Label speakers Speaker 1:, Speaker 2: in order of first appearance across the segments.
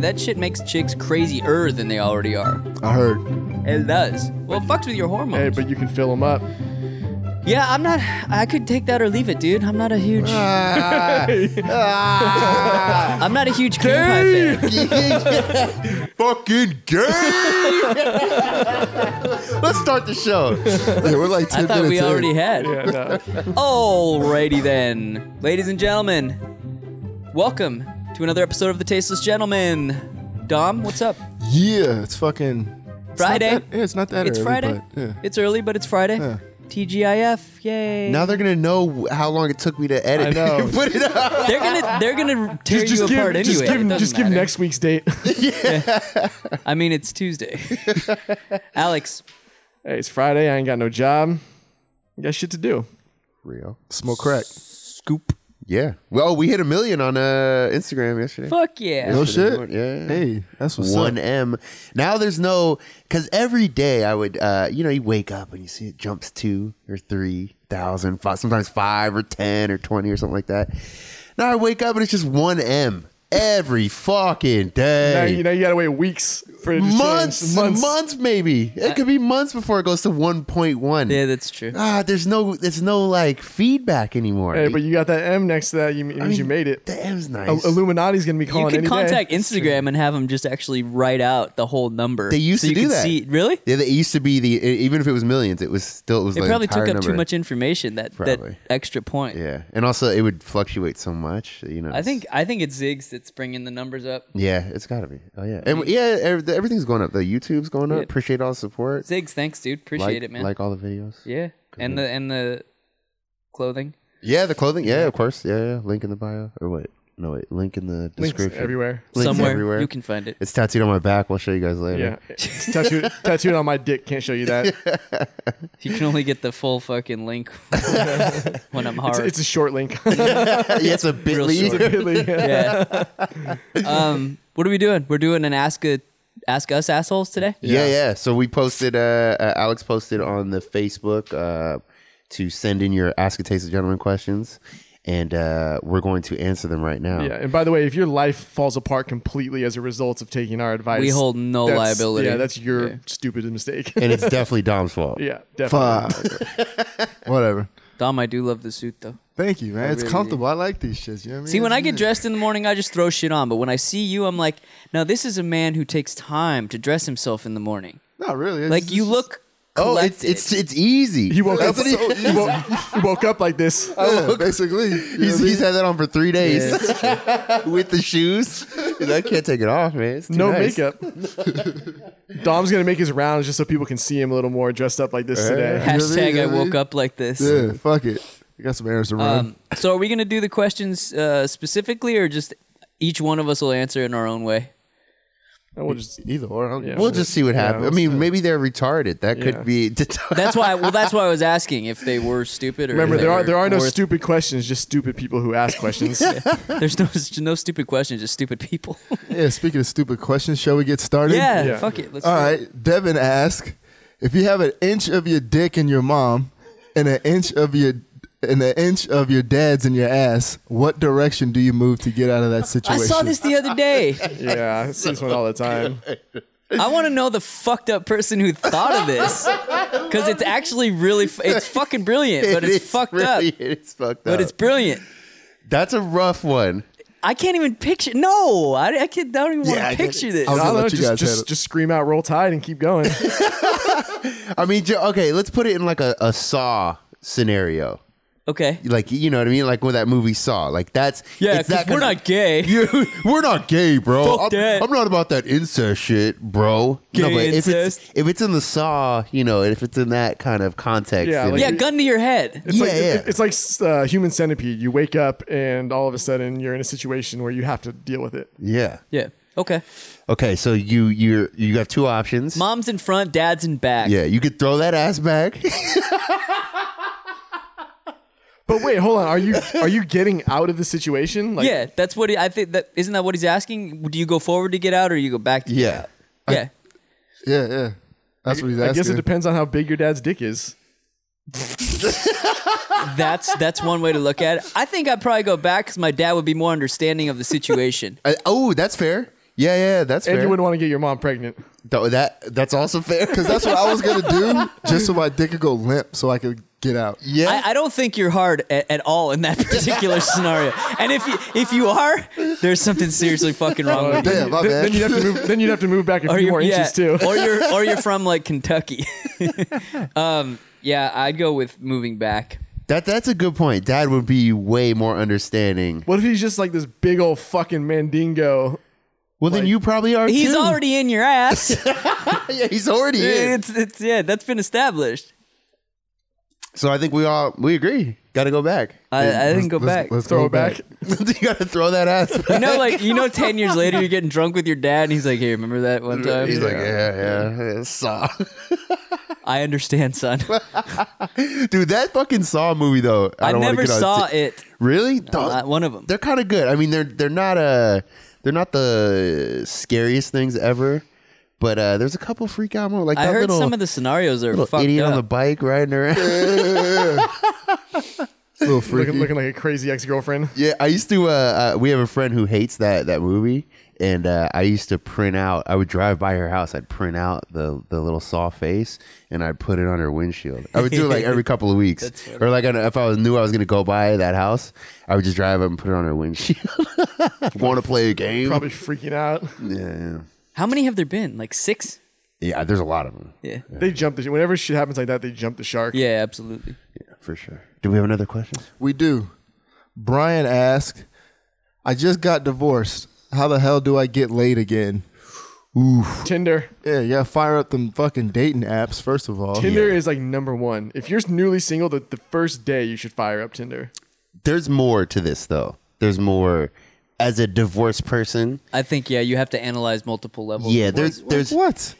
Speaker 1: that shit makes chicks crazier than they already are.
Speaker 2: I heard.
Speaker 1: It does. Well, it fucks with your hormones.
Speaker 3: Hey, but you can fill them up.
Speaker 1: yeah, I'm not. I could take that or leave it, dude. I'm not a huge. I'm not a huge cream pie fan.
Speaker 2: Fucking gay.
Speaker 3: Let's start the show.
Speaker 2: yeah, we're like
Speaker 1: I
Speaker 2: ten
Speaker 1: thought
Speaker 2: minutes.
Speaker 1: we
Speaker 2: in.
Speaker 1: already had.
Speaker 3: yeah, no.
Speaker 1: Alrighty then, ladies and gentlemen, welcome to another episode of the Tasteless Gentleman. Dom, what's up?
Speaker 2: Yeah, it's fucking it's not
Speaker 1: Friday.
Speaker 2: that- yeah, it's not that
Speaker 1: It's
Speaker 2: early,
Speaker 1: Friday.
Speaker 2: but, yeah.
Speaker 1: It's early, but it's Friday.
Speaker 2: Yeah.
Speaker 1: TGIF, yay!
Speaker 2: Now they're gonna know how long it took me to edit.
Speaker 3: I know.
Speaker 2: Put it up.
Speaker 1: they're gonna they're gonna tear
Speaker 3: Just
Speaker 1: you
Speaker 3: give,
Speaker 1: apart
Speaker 3: just
Speaker 1: anyway.
Speaker 3: give,
Speaker 1: It doesn't
Speaker 3: just give
Speaker 1: matter.
Speaker 3: next week's date.
Speaker 1: I mean, it's Tuesday. Alex,
Speaker 3: hey, it's Friday. I ain't got no job. I got shit to do.
Speaker 2: Real smoke crack.
Speaker 1: scoop.
Speaker 2: Yeah. Well, we hit a million on uh, Instagram yesterday.
Speaker 1: Fuck yeah!
Speaker 2: No
Speaker 3: Yesterday
Speaker 2: shit.
Speaker 3: morning.
Speaker 2: Yeah.
Speaker 3: Hey, that's Oh, what's
Speaker 2: One
Speaker 3: up.
Speaker 2: M. Now there's no because every day I would, uh, you know, you wake up and you see it jumps two or three thousand, five, sometimes five or ten or twenty or something like that. Now I wake up and it's just one M every fucking
Speaker 3: Now,
Speaker 2: day.
Speaker 3: you know you gotta wait weeks for it to change.
Speaker 2: months, months, maybe it could be months before it goes to one point one.
Speaker 1: Yeah, that's true.
Speaker 2: Ah, there's no, there's no like feedback anymore.
Speaker 3: Hey, but you got that M next to that. You it means you made it.
Speaker 2: the M's nice.
Speaker 3: Il- Illuminati's gonna be calling
Speaker 1: You can
Speaker 3: any
Speaker 1: contact
Speaker 3: day.
Speaker 1: Instagram and have them just actually write out the whole number.
Speaker 2: They used
Speaker 1: so you
Speaker 2: to do
Speaker 1: could
Speaker 2: that.
Speaker 1: See, really?
Speaker 2: yeah, it used to be the e, even if it was millions, it was still it was
Speaker 1: It
Speaker 2: like
Speaker 1: probably took
Speaker 2: entire
Speaker 1: up
Speaker 2: number.
Speaker 1: too much information. That that
Speaker 2: Probably.
Speaker 1: extra point.
Speaker 2: Yeah, and also it would fluctuate so much. You know,
Speaker 1: I
Speaker 2: it's-
Speaker 1: think I think it's Ziggs that's bringing the numbers up.
Speaker 2: Yeah, it's got to be. Oh yeah, and yeah, ev- everything's going up. The YouTube's going up.
Speaker 1: Yeah.
Speaker 2: Appreciate all the support.
Speaker 1: Ziggs, thanks, dude. Appreciate
Speaker 2: like,
Speaker 1: it, man.
Speaker 2: Like all the videos.
Speaker 1: yeah,
Speaker 2: Yeah,
Speaker 1: and the and the clothing.
Speaker 2: the clothing. Yeah, of course. Yeah, yeah. Link in the bio or what? No wait, link in the
Speaker 3: Links
Speaker 2: description.
Speaker 3: everywhere.
Speaker 2: Links
Speaker 1: Somewhere
Speaker 2: everywhere.
Speaker 1: you can find it.
Speaker 2: It's tattooed on my back. We'll show you guys later.
Speaker 3: Yeah, It's tattooed, tattooed on my dick. Can't show you that. It's,
Speaker 1: You can only get the full fucking link when I'm hard.
Speaker 3: it's a short link.
Speaker 2: Yeah, it's a bit.
Speaker 1: Real short. yeah. um, what are we doing? We're doing an ask a, ask us assholes today.
Speaker 2: Yeah, yeah. So we posted. Uh, uh, Alex posted on the Facebook uh, to send in your Ask a Taste of Gentleman questions, and uh, we're going to answer them right now.
Speaker 3: Yeah, and by the way, if your life falls apart completely as a result of taking our advice,
Speaker 1: We hold no
Speaker 3: that's-
Speaker 1: liability.
Speaker 3: Yeah, that's your
Speaker 1: Yeah.
Speaker 3: stupid mistake.
Speaker 2: and it's definitely Dom's fault.
Speaker 3: yeah, definitely.
Speaker 4: Fuck. Whatever.
Speaker 1: Dom, I do love the suit though.
Speaker 4: Thank you, man. It's comfortable. I like these shits. You know what I mean?
Speaker 1: See, when
Speaker 4: It's
Speaker 1: I get
Speaker 4: good.
Speaker 1: dressed in the morning, I just throw shit on. But when I see you, I'm like, now this is a man who takes time to dress himself in the morning.
Speaker 4: not really. It's
Speaker 1: Like
Speaker 4: just-
Speaker 1: you look.
Speaker 2: Oh,
Speaker 1: Collected.
Speaker 2: it's it's it's easy.
Speaker 3: He woke up.
Speaker 2: That's what he-
Speaker 3: he, woke, he woke up like this.
Speaker 4: yeah, basically. You know
Speaker 2: He's,
Speaker 4: what I
Speaker 2: he's
Speaker 4: mean?
Speaker 2: had that on for three days with the shoes. He's like, I can't take it off, man. It's too
Speaker 3: No
Speaker 2: nice."
Speaker 3: makeup. Dom's gonna make his rounds just so people can see him a little more dressed up like this today.
Speaker 1: hashtag.
Speaker 4: Really,
Speaker 1: I woke
Speaker 4: really?
Speaker 1: up like this.
Speaker 4: Yeah, fuck it. You got some errands to run.
Speaker 1: Um, so are we gonna do the questions uh, specifically, or just each one of us will answer in our own way?
Speaker 3: And we'll just
Speaker 4: Either or. I don't-
Speaker 3: Yeah.
Speaker 2: We'll just see what
Speaker 3: Yeah,
Speaker 2: happens. I
Speaker 3: let's
Speaker 2: mean, maybe they're retarded. That
Speaker 3: Yeah.
Speaker 2: could be.
Speaker 1: That's why. Well, that's why I was asking if they were stupid. Or
Speaker 3: remember
Speaker 1: if they
Speaker 3: there are
Speaker 1: were
Speaker 3: there are no
Speaker 1: worth-
Speaker 3: stupid questions, just stupid people who ask questions.
Speaker 1: There's no no stupid questions, just stupid people.
Speaker 4: yeah, speaking of stupid questions, shall we get started?
Speaker 1: yeah,
Speaker 3: Yeah.
Speaker 1: fuck it. Let's
Speaker 4: All
Speaker 1: do it.
Speaker 4: right. Devin asks If you have an inch of your dick in your mom and an inch of your and an inch of your dad's in your ass, what direction do you move to get out of that
Speaker 1: I
Speaker 4: situation?
Speaker 1: saw this the other day.
Speaker 3: yeah, I see this one all the time.
Speaker 1: I want to know the fucked up person who thought of this because it's actually really f- it's fucking brilliant, but
Speaker 2: It
Speaker 1: it's
Speaker 2: is
Speaker 1: fucked
Speaker 2: really-
Speaker 1: up.
Speaker 2: It's fucked up.
Speaker 1: But it's brilliant.
Speaker 2: That's a rough one.
Speaker 1: I can't even picture. No, I, I can't. I don't even
Speaker 4: Yeah,
Speaker 1: want
Speaker 4: I
Speaker 1: to
Speaker 4: get it.
Speaker 1: picture this.
Speaker 4: I was
Speaker 3: I
Speaker 4: gonna
Speaker 3: don't know,
Speaker 4: let you
Speaker 3: just
Speaker 4: guys have
Speaker 3: just
Speaker 4: it.
Speaker 3: just scream out, roll tide, and keep going.
Speaker 2: I mean, ju- okay, let's put it in like a, a Saw scenario.
Speaker 1: Okay.
Speaker 2: Like, you know what I mean? Like with that movie Saw. Like, that's.
Speaker 1: Yeah,
Speaker 2: it's that
Speaker 1: because we're
Speaker 2: kind
Speaker 1: not gay.
Speaker 2: You- we're not gay, bro.
Speaker 1: Fuck
Speaker 2: I'm,
Speaker 1: that.
Speaker 2: I'm not about that incest shit, bro.
Speaker 1: Gay incest.
Speaker 2: If it's, if it's in the saw, you know, if it's in that kind of context,
Speaker 3: Yeah,
Speaker 2: then
Speaker 3: like-
Speaker 1: yeah, gun to your head.
Speaker 3: It's like,
Speaker 2: Yeah, yeah.
Speaker 3: It's like uh, human centipede. You wake up and all of a sudden you're in a situation where you have to deal with it.
Speaker 2: yeah.
Speaker 1: Yeah. Okay.
Speaker 2: Okay, so you you you have two options.
Speaker 1: Mom's in front, dad's in back.
Speaker 2: yeah, you could throw that ass back.
Speaker 3: But wait, hold on. Are you are you getting out of the situation? Like,
Speaker 1: yeah, that's what he, I think. That isn't that what he's asking. Do you go forward to get out, or you go back? To get
Speaker 2: yeah.
Speaker 1: out? yeah.
Speaker 4: yeah, yeah. That's what he's asking.
Speaker 3: I guess it depends on how big your dad's dick is.
Speaker 1: That's that's one way to look at it. I think I'd probably go back because my dad would be more understanding of the situation.
Speaker 2: I, oh, that's fair. Yeah, yeah, that's
Speaker 3: And
Speaker 2: fair.
Speaker 3: you wouldn't want to get your mom pregnant.
Speaker 2: Th- that that's also fair.
Speaker 4: Because that's what I was going to do just so my dick could go limp so I could get out.
Speaker 2: yeah,
Speaker 1: I, I don't think you're hard at, at all in that particular scenario. And if you if you are, there's something seriously fucking wrong with you.
Speaker 4: Damn, my
Speaker 3: Th-
Speaker 4: bad.
Speaker 3: Then you'd have to move. Then you'd have to move back a
Speaker 1: Or
Speaker 3: few more
Speaker 1: you're, yeah,
Speaker 3: inches too.
Speaker 1: or you're or you're from like Kentucky. um, yeah, I'd go with moving back.
Speaker 2: that that's a good point. Dad would be way more understanding.
Speaker 3: What if he's just like this big old fucking mandingo?
Speaker 2: Well, then you probably are.
Speaker 1: He's
Speaker 2: too.
Speaker 1: already in your ass.
Speaker 2: yeah, he's already in.
Speaker 1: it's, it's yeah, that's been established.
Speaker 2: So I think we all we agree. Got to go back.
Speaker 1: I, I didn't go back.
Speaker 4: Let's
Speaker 3: Throw it back.
Speaker 2: you got to throw that ass.
Speaker 1: You know, like you know, ten years later, you're getting drunk with your dad, and he's like, "Hey, remember that one time?"
Speaker 2: He's like, yeah, yeah, yeah, Saw.
Speaker 1: "I understand, son.
Speaker 2: Dude, that fucking Saw movie though. I,
Speaker 1: I,
Speaker 2: don't wanna
Speaker 1: never
Speaker 2: get on
Speaker 1: saw
Speaker 2: t-
Speaker 1: it.
Speaker 2: Really? Dog,
Speaker 1: Not one of them."
Speaker 2: they're kind of good. I mean, they're they're not uh they're not the scariest things ever, but uh there's a couple freak out moments. Like
Speaker 1: I
Speaker 2: that
Speaker 1: heard
Speaker 2: little,
Speaker 1: some of the scenarios are
Speaker 2: little
Speaker 1: fucked
Speaker 2: idiot
Speaker 1: up.
Speaker 2: on the bike riding around.
Speaker 4: little freaky.
Speaker 3: Looking, looking like a crazy ex-girlfriend.
Speaker 2: yeah, I used to. Uh, uh, we have a friend who hates that that movie, and uh, I used to print out. I would drive by her house. I'd print out the the little saw face, and I'd put it on her windshield. I would do it like every couple of weeks, or like on a- if I was knew I was gonna go by that house, I would just drive up and put it on her windshield. Want to play a game?
Speaker 3: Probably freaking out.
Speaker 2: Yeah, yeah.
Speaker 1: How many have there been? Like six?
Speaker 2: Yeah, there's a lot of them.
Speaker 1: Yeah.
Speaker 3: They jump the. Whenever shit happens like that, they jump the shark.
Speaker 1: Yeah, absolutely.
Speaker 2: Yeah, for sure. Do we have another question?
Speaker 4: We do. Brian asked, I just got divorced. How the hell do I get laid again?
Speaker 3: Tinder.
Speaker 4: Yeah, yeah, fire up them fucking dating apps, first of all.
Speaker 3: Tinder is like number one. If you're newly single, the, the first day you should fire up Tinder.
Speaker 2: There's more to this though. There's more as a divorced person.
Speaker 1: I think yeah, you have to analyze multiple levels.
Speaker 2: Yeah, there's there's
Speaker 4: What?
Speaker 2: there-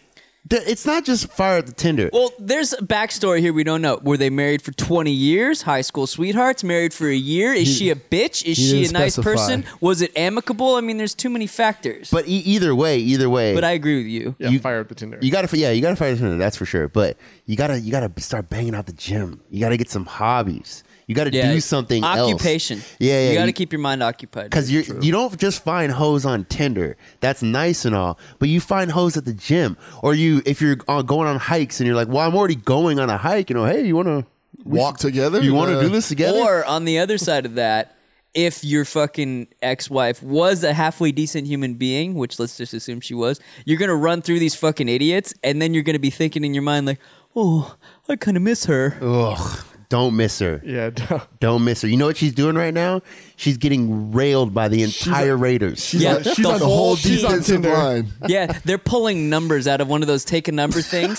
Speaker 2: it's not just fire at the Tinder.
Speaker 1: Well, there's a backstory here we don't know. Were they married for 20 years? High school sweethearts, married for a year? Is she a bitch? Is
Speaker 4: he
Speaker 1: she a
Speaker 4: didn't
Speaker 1: nice
Speaker 4: specify.
Speaker 1: person? Was it amicable? I mean, there's too many factors.
Speaker 2: But e- either way, either way,
Speaker 1: but I agree with you.
Speaker 3: Yeah,
Speaker 2: You-
Speaker 3: fire up the Tinder.
Speaker 2: you gotta yeah you gotta fire at the Tinder. That's for sure. But you gotta you gotta start banging out the gym. You gotta get some hobbies. You gotta
Speaker 1: Yeah,
Speaker 2: do something else.
Speaker 1: occupation.
Speaker 2: Yeah, yeah.
Speaker 1: You got to keep your mind occupied.
Speaker 2: Because you you don't just find hoes on Tinder. That's nice and all, but you find hoes at the gym, or you if you're on, going on hikes and you're like, well, I'm already going on a hike. You know, hey, you want to
Speaker 4: Walk together?
Speaker 2: You want to
Speaker 4: Uh,
Speaker 2: do this together?
Speaker 1: Or on the other side of that, if your fucking ex-wife was a halfway decent human being, which let's just assume she was, you're gonna run through these fucking idiots, and then you're gonna be thinking in your mind like, "Oh, I kind of miss her."
Speaker 2: Ugh, don't miss her.
Speaker 3: yeah, duh.
Speaker 2: Don't miss her. You know what she's doing right now? She's getting railed by the entire Raiders.
Speaker 1: yeah,
Speaker 4: She's
Speaker 1: the
Speaker 4: on the
Speaker 1: whole
Speaker 4: whole
Speaker 1: team.
Speaker 4: defensive line.
Speaker 1: yeah, they're pulling numbers out of one of those take a number things,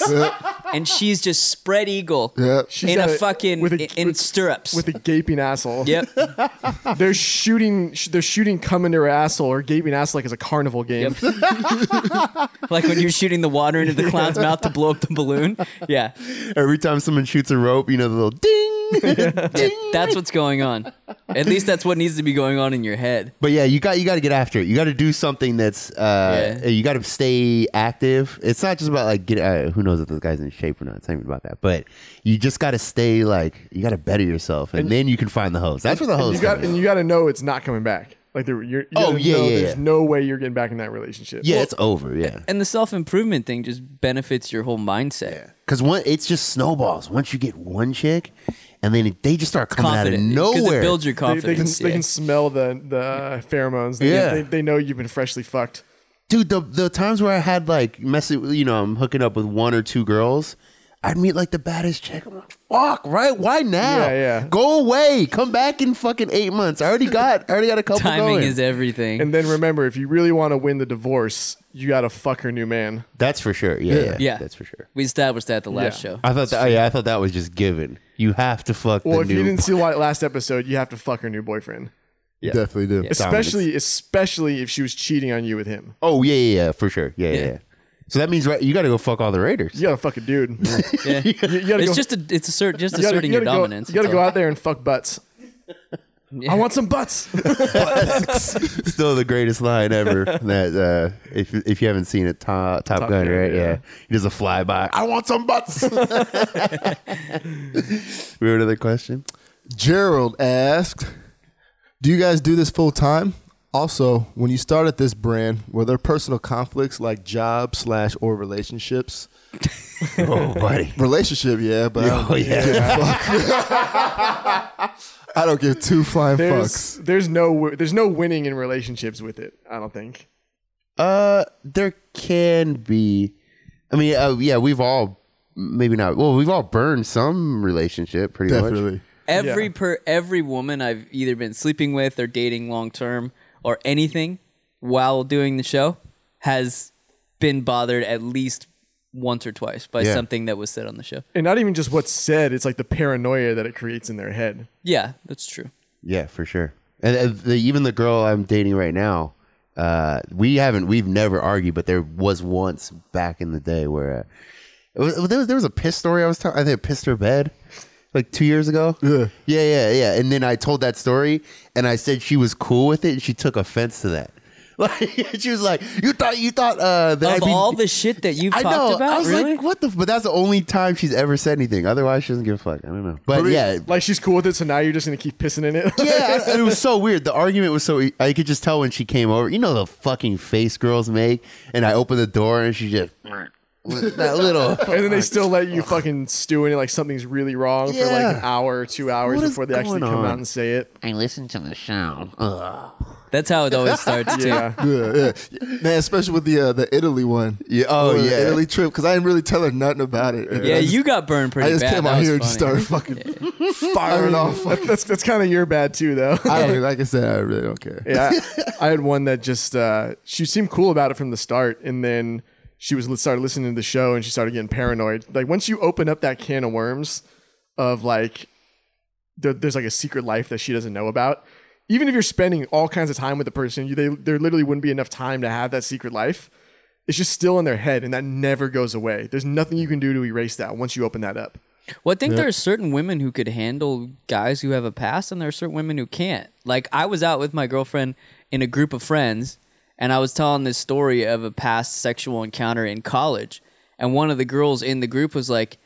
Speaker 1: and she's just spread eagle
Speaker 4: Yeah.
Speaker 3: She's
Speaker 1: in a
Speaker 3: got it
Speaker 1: fucking
Speaker 3: with a-
Speaker 1: in
Speaker 3: with-
Speaker 1: stirrups.
Speaker 3: with a gaping asshole.
Speaker 1: yep,
Speaker 3: They're shooting. sh- They're shooting cum into her asshole or gaping asshole like it's a carnival game.
Speaker 1: like when you're shooting the water into the clown's mouth to blow up the balloon. Yeah,
Speaker 2: Every time someone shoots a rope, you know the little ding, ding.
Speaker 1: That's what's going on. At least that's what needs to be going on in your head.
Speaker 2: But yeah, you got you got to get after it. You got to do something that's uh,
Speaker 1: Yeah.
Speaker 2: you got to stay active. It's not just about like get uh, who knows if this guy's in shape or not. It's not even about that. But you just got to stay like you got to better yourself, and, then you can find the hose. That's where the hose.
Speaker 3: You got
Speaker 2: comes in.
Speaker 3: and you got to know it's not coming back. Like there, you're, you
Speaker 2: Oh,
Speaker 3: gotta
Speaker 2: yeah,
Speaker 3: know
Speaker 2: yeah,
Speaker 3: There's
Speaker 2: yeah.
Speaker 3: no way you're getting back in that relationship.
Speaker 2: yeah, it's over. Yeah,
Speaker 1: And the self improvement thing just benefits your whole mindset.
Speaker 2: because one, it's just snowballs. Once you get one chick, and then they just start coming
Speaker 1: Confident.
Speaker 2: out
Speaker 1: 'Cause
Speaker 2: of nowhere.
Speaker 1: It builds your
Speaker 3: They, they can
Speaker 1: confidence.
Speaker 3: they
Speaker 1: yeah.
Speaker 3: can smell the the pheromones. They,
Speaker 2: Yeah.
Speaker 3: they, they know you've been freshly fucked.
Speaker 2: dude the the times where i had like messing you know i'm hooking up with one or two girls i'd meet like the baddest chick i'm like fuck right why now
Speaker 3: Yeah, yeah.
Speaker 2: go away come back in fucking eight months i already got i already got a couple
Speaker 1: Timing
Speaker 2: going.
Speaker 1: is everything.
Speaker 3: And then remember, if you really want to win the divorce, you got to fuck her new man.
Speaker 2: that's for sure yeah, yeah
Speaker 1: yeah.
Speaker 2: that's for sure
Speaker 1: We established that the last
Speaker 3: Yeah.
Speaker 1: show.
Speaker 2: i thought that, yeah i thought that was just given you have to fuck
Speaker 3: Well,
Speaker 2: the
Speaker 3: if
Speaker 2: new
Speaker 3: you didn't see la- last episode, you have to fuck her new boyfriend.
Speaker 2: yeah.
Speaker 4: Definitely do.
Speaker 2: Yeah. Dominance.
Speaker 3: Especially, especially if she was cheating on you with him.
Speaker 2: oh yeah yeah yeah for sure yeah yeah,
Speaker 1: Yeah.
Speaker 2: yeah. so that means right you got to go fuck all the raiders
Speaker 3: You gotta fuck a dude.
Speaker 1: Yeah.
Speaker 3: You gotta
Speaker 1: It's
Speaker 3: go,
Speaker 1: just a, it's assert, just
Speaker 3: you gotta-
Speaker 1: asserting
Speaker 3: you
Speaker 1: your
Speaker 3: gotta go-
Speaker 1: dominance.
Speaker 3: You gotta
Speaker 1: that's
Speaker 3: go
Speaker 1: all.
Speaker 3: out there and fuck butts. I want some butts.
Speaker 2: still the greatest line ever that uh if if you haven't seen it top, top, gun
Speaker 3: Gun,
Speaker 2: right yeah.
Speaker 3: yeah.
Speaker 2: he does a flyby i want some butts we have another question
Speaker 4: Gerald asked, Do you guys do this full time? Also, when you start at this brand, were there personal conflicts like job slash or relationships?
Speaker 2: Oh, buddy.
Speaker 4: Relationship, yeah, but I,
Speaker 2: Oh,
Speaker 4: don't
Speaker 2: yeah.
Speaker 4: I don't give two flying fucks.
Speaker 3: There's there's no wi- there's no winning in relationships with it. I don't think.
Speaker 2: Uh, there can be. I mean, uh, yeah, we've all maybe not. Well, we've all burned some relationship, pretty much.
Speaker 4: Definitely.
Speaker 1: Every per every woman I've either been sleeping with or dating long term or anything while doing the show has been bothered at least once or twice by
Speaker 2: Yeah.
Speaker 1: something that was said on the show.
Speaker 3: And not even just what's said, it's like the paranoia that it creates in their head.
Speaker 1: Yeah, that's true.
Speaker 2: Yeah, for sure. And uh, the, even the girl I'm dating right now, uh, we haven't, we've never argued, but there was once back in the day where uh, it was, there was there was a piss story I was telling. I think I pissed her bed like two years ago. Yeah, yeah, yeah, yeah. And then I told that story, and I said she was cool with it, and she took offense to that. Like she was like, "You thought you thought uh, that
Speaker 1: Of
Speaker 2: I'd be-
Speaker 1: all the shit that you've
Speaker 2: I
Speaker 1: talked
Speaker 2: know.
Speaker 1: about,
Speaker 2: I was
Speaker 1: really?
Speaker 2: like, what the? F-? But that's the only time she's ever said anything. Otherwise, she doesn't give a fuck. I don't know. But yeah,
Speaker 3: Like she's cool with it, so now you're just gonna keep pissing in it.
Speaker 2: yeah, and it was so weird. The argument was so e, I could just tell when she came over. You know the fucking face girls make, and I opened the door and she just that little.
Speaker 3: and then they still let you fucking stew in it like something's really wrong for like
Speaker 2: Yeah.
Speaker 3: an hour or two hours
Speaker 2: What is
Speaker 3: before they actually
Speaker 2: going
Speaker 3: come
Speaker 2: on?
Speaker 3: out and say it.
Speaker 5: I listened to the show.
Speaker 1: That's how it always starts too.
Speaker 3: Yeah.
Speaker 4: Yeah, yeah. Man, especially with the uh, the Italy one.
Speaker 2: Yeah, oh,
Speaker 4: Or the
Speaker 2: yeah.
Speaker 4: Italy trip because I didn't really tell her nothing about it.
Speaker 1: Yeah,
Speaker 4: I just,
Speaker 1: you got burned pretty
Speaker 4: I just
Speaker 1: bad.
Speaker 4: came
Speaker 1: That
Speaker 4: out
Speaker 1: was
Speaker 4: here and just
Speaker 1: funny.
Speaker 4: started fucking firing off.
Speaker 3: That- that's that's kind of your bad too, though.
Speaker 4: I don't, like I said, I really don't care.
Speaker 3: yeah, I, I had one that just uh, she seemed cool about it from the start, and then she was started listening to the show, and she started getting paranoid. Like once you open up that can of worms of like there, there's like a secret life that she doesn't know about. Even if you're spending all kinds of time with the person, you, they, there literally wouldn't be enough time to have that secret life. It's just still in their head, and that never goes away. There's nothing you can do to erase that once you open that up.
Speaker 1: Well, I think there are certain women who could handle guys who have a past, and there are certain women who can't. Like I was out with my girlfriend in a group of friends, and I was telling this story of a past sexual encounter in college, and one of the girls in the group was like,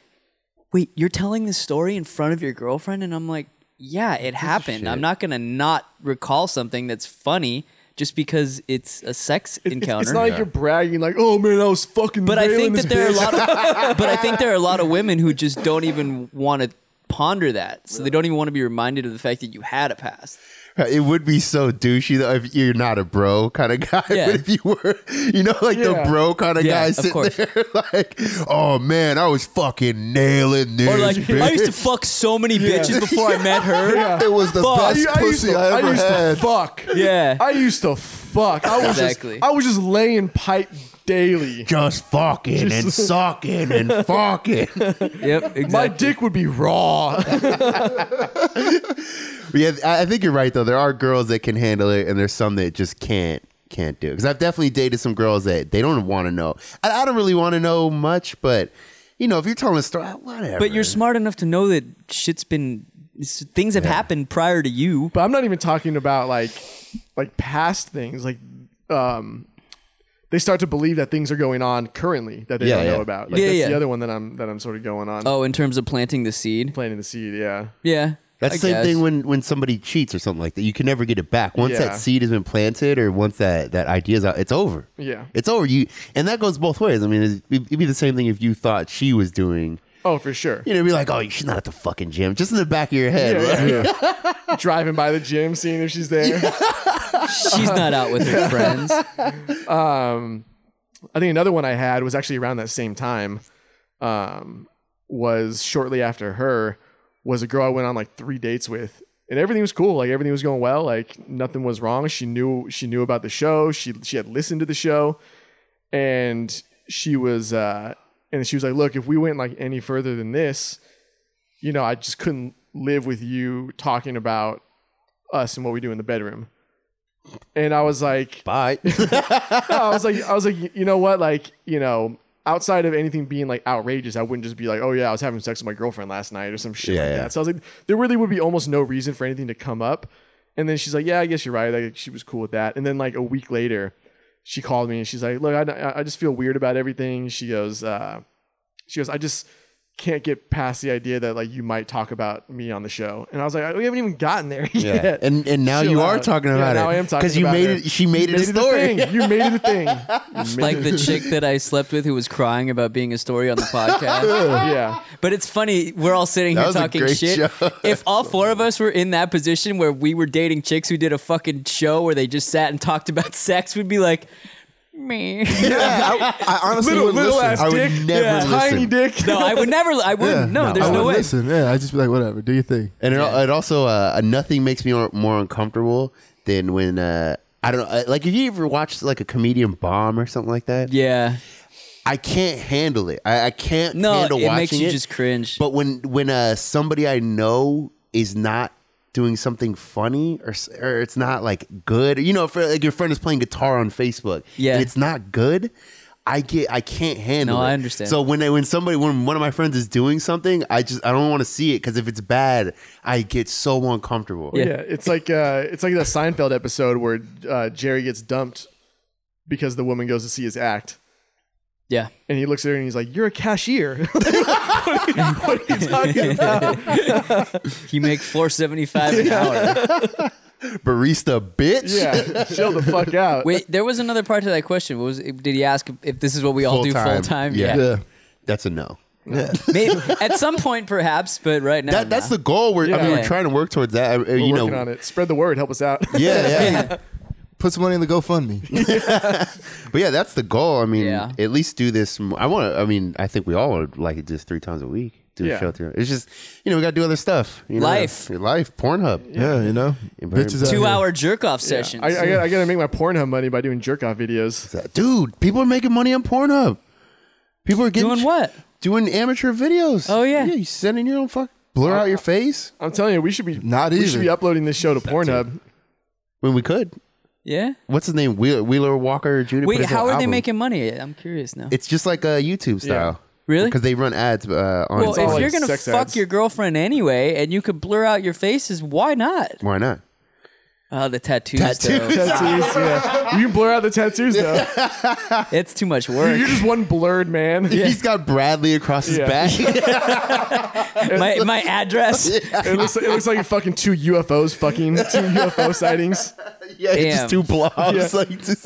Speaker 1: "Wait, you're telling this story in front of your girlfriend?" And I'm like, "Yeah, it happened. I'm not gonna not recall something that's funny." Just because it's a sex
Speaker 3: It's,
Speaker 1: encounter,
Speaker 3: it's not like you're bragging, like, "Oh man, I was fucking."
Speaker 1: But I
Speaker 3: railing
Speaker 1: think
Speaker 3: this
Speaker 1: that there are a
Speaker 3: bitch."
Speaker 1: lot of but I think there are a lot of women who just don't even want to ponder that. So they don't even want to be reminded of the fact that you had a past.
Speaker 2: It would be so douchey though if you're not a bro kind of guy.
Speaker 1: Yeah.
Speaker 2: But if you were, you know, like the
Speaker 3: Yeah.
Speaker 2: bro kind of
Speaker 1: Yeah,
Speaker 2: guy
Speaker 1: of
Speaker 2: sitting
Speaker 1: course.
Speaker 2: there, like, oh man, I was fucking nailing this.
Speaker 1: Or like
Speaker 2: bitch."
Speaker 1: I used to fuck so many bitches before I met her.
Speaker 4: It was the
Speaker 1: Fuck.
Speaker 4: best
Speaker 3: I used
Speaker 4: pussy
Speaker 3: to,
Speaker 4: I ever
Speaker 3: used
Speaker 4: had.
Speaker 3: to fuck.
Speaker 1: Yeah.
Speaker 3: I used to fuck. I was
Speaker 1: Exactly.
Speaker 3: just I was just laying pipe daily.
Speaker 2: just fucking and sucking and fucking.
Speaker 1: Yep, exactly.
Speaker 3: My dick would be raw.
Speaker 2: Yeah, I I think you're right though. There are girls that can handle it, and there's some that just can't can't do. Because I've definitely dated some girls that they don't want to know. I, I don't really want to know much, but you know, if you're telling a story, whatever.
Speaker 1: but you're smart enough to know that shit's been s- things have happened prior to you.
Speaker 3: but I'm not even talking about like like past things. Like um they start to believe that things are going on currently that they
Speaker 2: Yeah,
Speaker 3: don't
Speaker 2: yeah.
Speaker 3: know about. Like
Speaker 1: Yeah,
Speaker 3: that's
Speaker 1: yeah.
Speaker 3: the other one that I'm that I'm sort of going on.
Speaker 1: Oh, in terms of planting the seed.
Speaker 3: Planting the seed, yeah.
Speaker 1: Yeah.
Speaker 2: that's
Speaker 1: I
Speaker 2: the same
Speaker 1: guess.
Speaker 2: thing when when somebody cheats or something like that. You can never get it back. Once
Speaker 3: Yeah.
Speaker 2: that seed has been planted, or once that that idea's out, it's over.
Speaker 3: Yeah.
Speaker 2: it's over. You and that goes both ways. I mean, it'd, it'd be the same thing if you thought she was doing.
Speaker 3: Oh, for sure.
Speaker 2: You know, it'd be like, oh, she's not at the fucking gym. Just in the back of your head. right?
Speaker 3: Yeah, yeah. Driving by the gym, seeing if she's there.
Speaker 1: she's not out with her friends.
Speaker 3: I think another one I had was actually around that same time. Um, was shortly after her was a girl I went on like three dates with, and everything was cool. Like everything was going well. Like nothing was wrong. She knew she knew about the show. She she had listened to the show, and she was uh, and she was like, "Look, if we went like any further than this, you know, I just couldn't live with you talking about us and what we do in the bedroom." And I was like,
Speaker 2: Bye.
Speaker 3: I was like, I was like, y- you know what? Like, you know, outside of anything being like outrageous, I wouldn't just be like, oh yeah, I was having sex with my girlfriend last night or some shit like
Speaker 2: yeah.
Speaker 3: that. So I was like, there really would be almost no reason for anything to come up. And then she's like, yeah, I guess you're right. Like she was cool with that. And then like a week later, she called me and she's like, look, I, I just feel weird about everything. She goes, uh, she goes, I just can't get past the idea that like you might talk about me on the show. And I was like, we haven't even gotten there yet.
Speaker 2: Yeah. And and now
Speaker 3: Chill
Speaker 2: you are
Speaker 3: out.
Speaker 2: talking
Speaker 3: Yeah,
Speaker 2: about it.
Speaker 3: now I am talking
Speaker 2: you
Speaker 3: about
Speaker 2: made
Speaker 3: it.
Speaker 2: it. She made it a story.
Speaker 3: thing. You made it a thing. You made
Speaker 1: like
Speaker 3: it-
Speaker 1: the chick that I slept with who was crying about being a story on the podcast.
Speaker 3: yeah.
Speaker 1: but it's funny, we're all sitting
Speaker 2: That
Speaker 1: here
Speaker 2: was a
Speaker 1: talking
Speaker 2: great
Speaker 1: shit.
Speaker 2: show.
Speaker 1: If all four of us were in that position where we were dating chicks who did a fucking show where they just sat and talked about sex, we'd be like, me.
Speaker 4: Yeah, I, I honestly
Speaker 3: Little
Speaker 4: would
Speaker 3: little
Speaker 4: listen.
Speaker 3: ass
Speaker 2: I would
Speaker 3: dick.
Speaker 2: never
Speaker 3: yeah. Tiny
Speaker 2: listen.
Speaker 3: dick.
Speaker 1: no, I would never. I
Speaker 4: Yeah,
Speaker 1: wouldn't. no,
Speaker 2: no,
Speaker 1: there's
Speaker 4: I
Speaker 1: no
Speaker 4: would
Speaker 1: way.
Speaker 4: Listen, yeah, I just be like, whatever, do your thing.
Speaker 2: And it, al- it also uh, nothing makes me more, more uncomfortable than when uh, I don't know. uh, Like if you ever watched like a comedian bomb or something like that,
Speaker 1: Yeah.
Speaker 2: I can't handle it. I, I can't
Speaker 1: No,
Speaker 2: handle
Speaker 1: it
Speaker 2: watching
Speaker 1: makes you
Speaker 2: it.
Speaker 1: just cringe.
Speaker 2: But when when uh, somebody I know is not doing something funny or s- or it's not like good, you know, for, like your friend is playing guitar on Facebook,
Speaker 1: Yeah.
Speaker 2: and it's not good. I get, I can't handle.
Speaker 1: No,
Speaker 2: it.
Speaker 1: I understand.
Speaker 2: So when I, when somebody, when one of my friends is doing something, I just I don't want to see it because if it's bad, I get so uncomfortable.
Speaker 1: Yeah.
Speaker 3: Yeah, it's like uh, it's like that Seinfeld episode where uh, Jerry gets dumped because the woman goes to see his act,
Speaker 1: Yeah.
Speaker 3: and he looks at her and he's like, "You're a cashier." what, are you, what are you talking about?
Speaker 1: You make four seventy five an hour.
Speaker 2: Barista, bitch.
Speaker 3: Yeah, chill the fuck out.
Speaker 1: Wait, there was another part to that question. What was did he ask if this is what we all do full time?
Speaker 2: Yeah.
Speaker 4: Yeah.
Speaker 2: that's a no.
Speaker 1: Maybe, at some point, perhaps, but right now,
Speaker 2: That that's the goal. We're I mean,
Speaker 3: Yeah.
Speaker 2: we're trying to work towards that. Uh,
Speaker 3: We're
Speaker 2: you know,
Speaker 3: working on it. Spread the word. Help us out.
Speaker 2: yeah, yeah.
Speaker 4: Put some money in the GoFundMe.
Speaker 2: But yeah, that's the goal. I mean,
Speaker 1: Yeah.
Speaker 2: at least do this. m- I want to. I mean, I think we all would like it just three times a week. Do
Speaker 3: Yeah.
Speaker 2: a show three. It's just you know we got to do other stuff. You know?
Speaker 1: Life.
Speaker 2: Your life, Pornhub.
Speaker 4: yeah, you know,
Speaker 2: very-
Speaker 4: bitches out
Speaker 1: two
Speaker 4: here.
Speaker 1: hour jerk off
Speaker 3: Yeah.
Speaker 1: sessions.
Speaker 3: I, I, gotta, I gotta make my Pornhub money by doing jerk off videos.
Speaker 2: Dude, people are making money on Pornhub. People are getting
Speaker 1: Doing what?
Speaker 2: Doing amateur videos.
Speaker 1: Oh, yeah.
Speaker 2: Yeah, you sending your own fuck blur out your face
Speaker 3: I'm telling you, we should be
Speaker 4: Not
Speaker 3: we
Speaker 4: even.
Speaker 3: should be uploading this show to Pornhub.
Speaker 2: when we could.
Speaker 1: yeah.
Speaker 2: What's his name? Wheeler, Wheeler Walker Jr. put
Speaker 1: Wait,
Speaker 2: his
Speaker 1: how are
Speaker 2: whole
Speaker 1: they
Speaker 2: album.
Speaker 1: making money? I'm curious now.
Speaker 2: It's just like a YouTube style.
Speaker 1: Really?
Speaker 2: Because they run ads uh, on.
Speaker 1: well,
Speaker 3: all
Speaker 1: if
Speaker 3: like
Speaker 1: you're gonna
Speaker 3: sex
Speaker 1: fuck
Speaker 3: ads.
Speaker 1: your girlfriend anyway, and you could blur out your faces, why not?
Speaker 2: why not?
Speaker 1: Oh, the tattoos.
Speaker 2: Tattoos.
Speaker 1: Though.
Speaker 3: tattoos, yeah. You can blur out the tattoos though.
Speaker 1: it's too much work.
Speaker 3: You're just one blurred man.
Speaker 2: He's got Bradley across his
Speaker 3: Yeah.
Speaker 2: back.
Speaker 1: my my address.
Speaker 3: It looks, it looks like fucking two UFOs fucking two UFO sightings.
Speaker 2: yeah, it's
Speaker 1: Damn.
Speaker 2: just two blobs.
Speaker 3: Yeah.
Speaker 2: Like just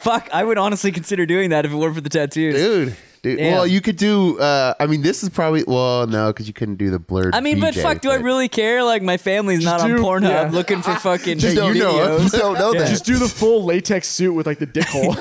Speaker 1: Fuck, I would honestly consider doing that if it weren't for the tattoos.
Speaker 2: dude. Dude.
Speaker 1: Damn.
Speaker 2: Well, you could do. Uh, I mean, this is probably. Well, no, because you couldn't do the blurred.
Speaker 1: I mean, but
Speaker 2: BJ
Speaker 1: fuck, do I
Speaker 2: thing.
Speaker 1: really care? Like, my family's not
Speaker 3: do-
Speaker 1: on Pornhub
Speaker 3: yeah.
Speaker 1: looking for fucking
Speaker 2: Hey, you know, you
Speaker 1: videos.
Speaker 2: don't know that.
Speaker 3: Just do the full latex suit with like the dick hole.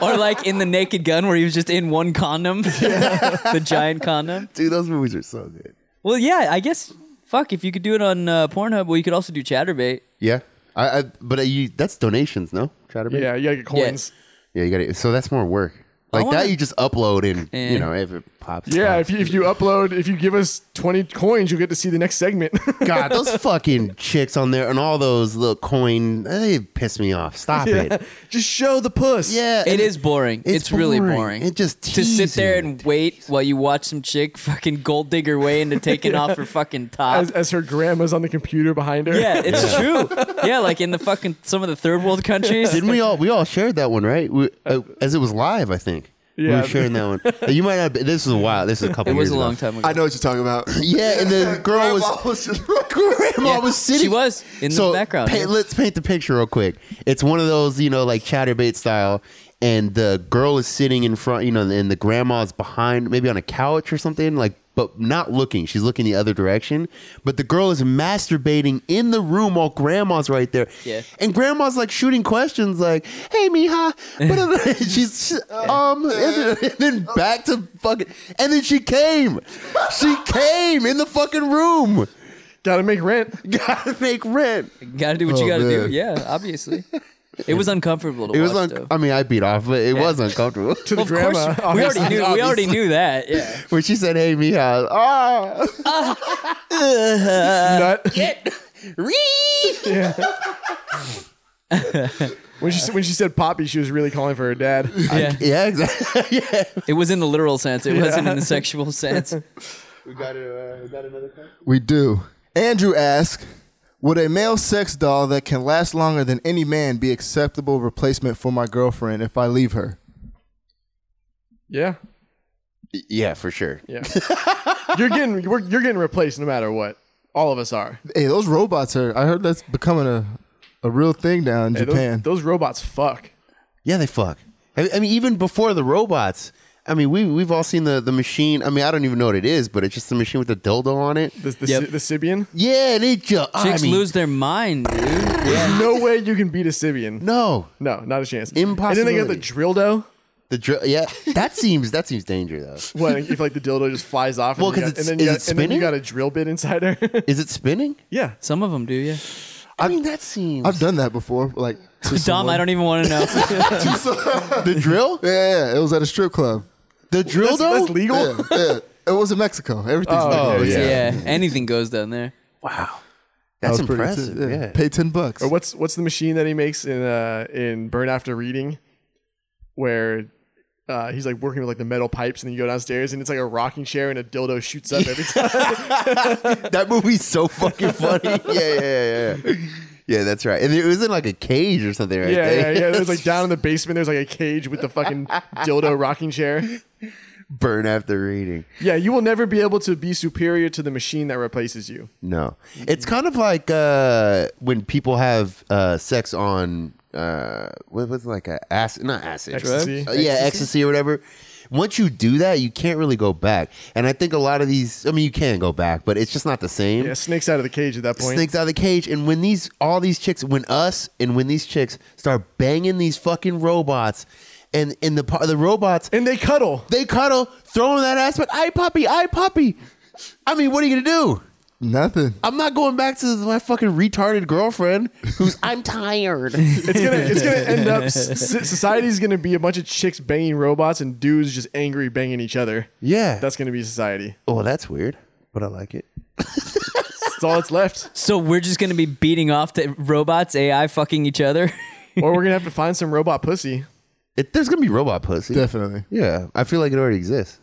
Speaker 1: or like in the Naked Gun where he was just in one condom, the giant condom.
Speaker 2: Dude, those movies are so good.
Speaker 1: Well, yeah, I guess. Fuck, if you could do it on uh, Pornhub, well, you could also do ChatterBait.
Speaker 2: Yeah, I. I but uh, you. That's donations, no? Chatterbait.
Speaker 3: yeah, you gotta get coins.
Speaker 2: Yeah, you got it. So that's more work. Like
Speaker 1: wanna-
Speaker 2: that, you just upload and
Speaker 1: Yeah.
Speaker 2: you know if it pops.
Speaker 3: Yeah,
Speaker 2: up.
Speaker 3: if you if you upload, if you give us twenty coins, you'll get to see the next segment.
Speaker 2: God, those fucking chicks on there and all those little coin, they piss me off. Stop it.
Speaker 3: Just show the puss.
Speaker 2: Yeah,
Speaker 1: It
Speaker 2: and
Speaker 1: is boring. It's,
Speaker 2: It's
Speaker 1: really
Speaker 2: boring.
Speaker 1: boring.
Speaker 2: It just
Speaker 1: to sit there
Speaker 2: teasing.
Speaker 1: and wait while you watch some chick fucking gold digger way into taking off her fucking top.
Speaker 3: As, as her grandma's on the computer behind her.
Speaker 1: yeah, it's true. Yeah, like in the fucking some of the third world countries.
Speaker 2: Didn't we all we all shared that one right? We, uh, as it was live, I think. we
Speaker 3: Yeah.
Speaker 2: were sharing that one. Uh, You might not. Be, this is a while. This is a couple.
Speaker 1: It was
Speaker 2: years
Speaker 1: a long
Speaker 2: ago.
Speaker 1: time ago.
Speaker 4: I know what you're talking about.
Speaker 2: Yeah, and the girl was
Speaker 4: Grandma was just-
Speaker 2: grandma
Speaker 1: Yeah,
Speaker 2: was sitting.
Speaker 1: she was in the background,
Speaker 2: pa-
Speaker 1: yeah.
Speaker 2: Let's paint the picture real quick. It's one of those, you know, like chatterbait style, and the girl is sitting in front, you know, and the grandma's behind, maybe on a couch or something, like, but not looking. She's looking the other direction. But the girl is masturbating in the room while grandma's right there.
Speaker 1: Yeah.
Speaker 2: And grandma's like shooting questions, like, "Hey, mija," what are the-" she's she- um, and then, and then back to fucking, and then she came, she came in the fucking room.
Speaker 3: Gotta make rent.
Speaker 2: Gotta make rent.
Speaker 1: Gotta do what you
Speaker 4: Oh,
Speaker 1: gotta do.
Speaker 4: man.
Speaker 1: Yeah, obviously. It was uncomfortable to
Speaker 2: It
Speaker 1: watch.
Speaker 2: was un-
Speaker 1: though.
Speaker 2: I mean, I beat off, but it was uncomfortable.
Speaker 3: To the
Speaker 1: of course,
Speaker 3: grandma.
Speaker 1: we already
Speaker 3: obviously.
Speaker 1: knew. We already knew that. Yeah.
Speaker 2: when she said, "Hey, Mija," ah,
Speaker 3: Nut.
Speaker 2: "Ah." ree.
Speaker 3: When she when she said Poppy, she was really calling for her dad.
Speaker 1: yeah,
Speaker 2: yeah, exactly. yeah.
Speaker 1: it was in the literal sense. It wasn't in the sexual sense.
Speaker 4: We do. Andrew asks, would a male sex doll that can last longer than any man be acceptable replacement for my girlfriend if I leave her?
Speaker 3: Yeah.
Speaker 2: Yeah, for sure.
Speaker 3: Yeah, you're getting we're, you're getting replaced no matter what. All of us are.
Speaker 4: Hey, those robots are. I heard that's becoming a, a real thing now in
Speaker 3: Hey, those-
Speaker 4: Japan.
Speaker 3: Those, robots fuck.
Speaker 2: Yeah, they fuck. I, I mean, even before the robots. I mean, we we've all seen the the machine. I mean, I don't even know what it is, but it's just the machine with the dildo on it.
Speaker 3: The the,
Speaker 1: Yep.
Speaker 3: Si- the Sibian.
Speaker 2: Yeah, they just. I
Speaker 1: Chicks
Speaker 2: mean,
Speaker 1: lose their mind, dude. Yeah.
Speaker 3: No way you can beat a Sibian.
Speaker 2: No,
Speaker 3: No, not a chance. And then they got the
Speaker 2: Impossibility.
Speaker 3: Drildo.
Speaker 2: the dr- yeah. That seems that seems dangerous though.
Speaker 3: What if like the dildo just flies off?
Speaker 2: Well,
Speaker 3: and, you
Speaker 2: 'cause
Speaker 3: got,
Speaker 2: it's-
Speaker 3: and then you
Speaker 2: is
Speaker 3: got,
Speaker 2: it
Speaker 3: and then you
Speaker 2: spinning?
Speaker 3: got a drill bit inside her.
Speaker 2: Is it spinning?
Speaker 3: yeah,
Speaker 1: Some of them do, yeah.
Speaker 2: I mean, that seems.
Speaker 4: I've done that before. Like to
Speaker 1: Dom, I don't even want to know.
Speaker 2: Uh, the drill.
Speaker 4: Yeah, yeah, yeah, it was at a strip club.
Speaker 2: The drill
Speaker 3: that's,
Speaker 2: though.
Speaker 3: that's legal.
Speaker 4: Yeah, yeah. It was in Mexico. Everything's
Speaker 3: Oh,
Speaker 4: legal.
Speaker 2: oh,
Speaker 4: It's-
Speaker 1: yeah.
Speaker 2: Yeah.
Speaker 1: anything goes down there.
Speaker 2: Wow,
Speaker 4: that
Speaker 2: that's
Speaker 4: was pretty-
Speaker 2: impressive. yeah.
Speaker 4: Pay ten bucks.
Speaker 3: Or what's what's the machine that he makes in uh in Burn After Reading, where uh, he's like working with like the metal pipes, and then you go downstairs, and it's like a rocking chair, and a dildo shoots up every time.
Speaker 2: that movie's so fucking funny. yeah, yeah, yeah, yeah. Yeah, that's right. And it was in like a cage or something, right?
Speaker 3: yeah, yeah,
Speaker 2: They-
Speaker 3: yeah. There's like down in the basement, there's like a cage with the fucking dildo rocking chair.
Speaker 2: burn after reading.
Speaker 3: Yeah, you will never be able to be superior to the machine that replaces you.
Speaker 2: No, it's kind of like uh, when people have uh, sex on uh, what was it, like a acid, not acid,
Speaker 3: Ecstasy.
Speaker 2: Uh, yeah, ecstasy or whatever. Once you do that, you can't really go back. And I think a lot of these, I mean, you can go back, but it's just not the same.
Speaker 3: Yeah, snakes out of the cage at that point.
Speaker 2: Snakes out of the cage, and when these all these chicks, when us and when these chicks start banging these fucking robots, and and the par- the robots
Speaker 3: and they cuddle.
Speaker 2: they cuddle, throwing that ass, but I puppy, I puppy. I mean, what are you gonna do?
Speaker 4: Nothing.
Speaker 2: I'm not going back to my fucking retarded girlfriend who's I'm tired.
Speaker 3: It's gonna, it's gonna end up. s- Society's gonna be a bunch of chicks banging robots and dudes just angry banging each other.
Speaker 2: yeah.
Speaker 3: That's gonna be society.
Speaker 2: oh, that's weird, but I like it.
Speaker 3: That's all that's left.
Speaker 1: So we're just gonna be beating off to robots, AI fucking each other.
Speaker 3: or we're gonna have to find some robot pussy.
Speaker 2: it there's gonna be robot pussy.
Speaker 4: Definitely.
Speaker 2: yeah, I feel like it already exists.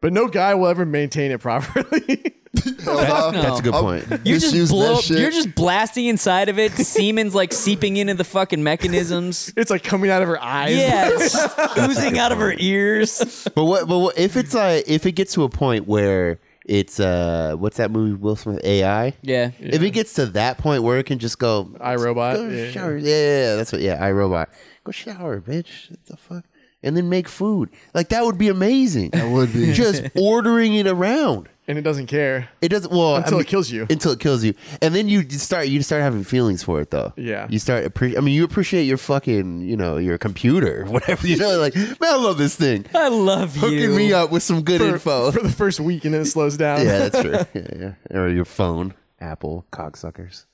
Speaker 3: But no guy will ever maintain it properly.
Speaker 1: Fuck no.
Speaker 2: That's a good
Speaker 4: I'll-
Speaker 2: point.
Speaker 1: You're just
Speaker 4: Misusing that
Speaker 1: blow,
Speaker 4: shit.
Speaker 1: You're just blasting inside of it. Semen's like seeping into the fucking mechanisms.
Speaker 3: it's like coming out of her eyes.
Speaker 1: Yeah, it's oozing out of her ears.
Speaker 2: but what? But what, if it's like if it gets to a point where it's uh what's that movie Will Smith AI?
Speaker 1: Yeah.
Speaker 2: If it gets to that point where it can just go Go
Speaker 3: iRobot. Yeah.
Speaker 2: shower. Yeah, yeah, yeah, that's what. Yeah, iRobot. Go shower, bitch. What the fuck? And then make food. Like that would be amazing.
Speaker 4: That would be.
Speaker 2: just ordering it around.
Speaker 3: And it doesn't care.
Speaker 2: It doesn't. Well,
Speaker 3: Until it kills you.
Speaker 2: Until it kills you, and then you just start. You start having feelings for it, though.
Speaker 3: Yeah.
Speaker 2: You start. Appre- I mean, you appreciate your fucking. You know, your computer, whatever. You know, like man, I love this thing.
Speaker 1: I love you.
Speaker 2: Hooking me up with some good info.
Speaker 3: For the first week and then it slows down.
Speaker 2: yeah, that's true. Yeah, yeah. Or your phone, Apple, cocksuckers.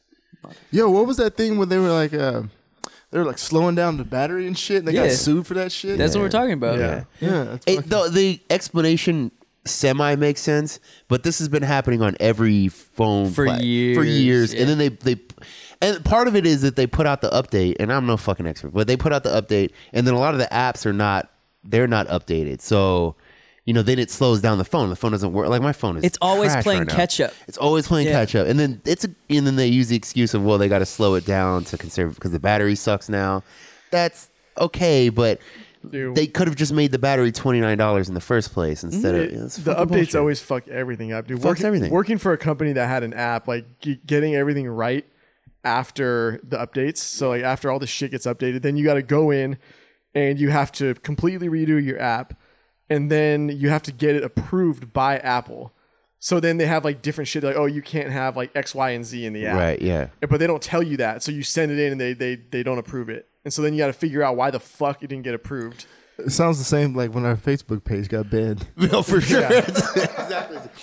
Speaker 4: Yo, what was that thing when they were like, uh, they were like slowing down the battery and shit? And they
Speaker 1: Yeah.
Speaker 4: got sued for that shit.
Speaker 1: That's what we're talking about.
Speaker 3: Yeah.
Speaker 4: yeah. That's
Speaker 2: It, though the explanation semi makes sense, but this has been happening on every phone
Speaker 1: For
Speaker 2: for
Speaker 1: years,
Speaker 2: years,
Speaker 1: yeah.
Speaker 2: and then they they. And part of it is that they put out the update, and I'm no fucking expert, but they put out the update, and then a lot of the apps are not, they're not updated. So, you know, then it slows down the phone. The phone doesn't work. Like my phone is.
Speaker 1: It's always
Speaker 2: trash
Speaker 1: playing
Speaker 2: right now.
Speaker 1: catch up.
Speaker 2: It's always playing
Speaker 1: Yeah.
Speaker 2: catch up, and then it's a, and then they use the excuse of well they got to slow it down to conserve because the battery sucks now. That's okay, but
Speaker 3: Dude.
Speaker 2: they could have just made the battery twenty nine dollars in the first place instead
Speaker 3: It-
Speaker 2: of it's
Speaker 3: the updates
Speaker 2: fucking bullshit.
Speaker 3: always fuck everything up, dude.
Speaker 2: Fucks
Speaker 3: working,
Speaker 2: everything.
Speaker 3: Working for a company that had an app, like g- getting everything right after the updates. So like after all the shit gets updated, then you got to go in and you have to completely redo your app, and then you have to get it approved by Apple. So then they have like different shit, like oh you can't have like X, Y, and Z in the app,
Speaker 2: right. Yeah,
Speaker 3: But they don't tell you that, so you send it in and they they they don't approve it, and so then you got to figure out why the fuck it didn't get approved.
Speaker 4: It sounds the same like when our Facebook page got banned.
Speaker 2: no, for sure.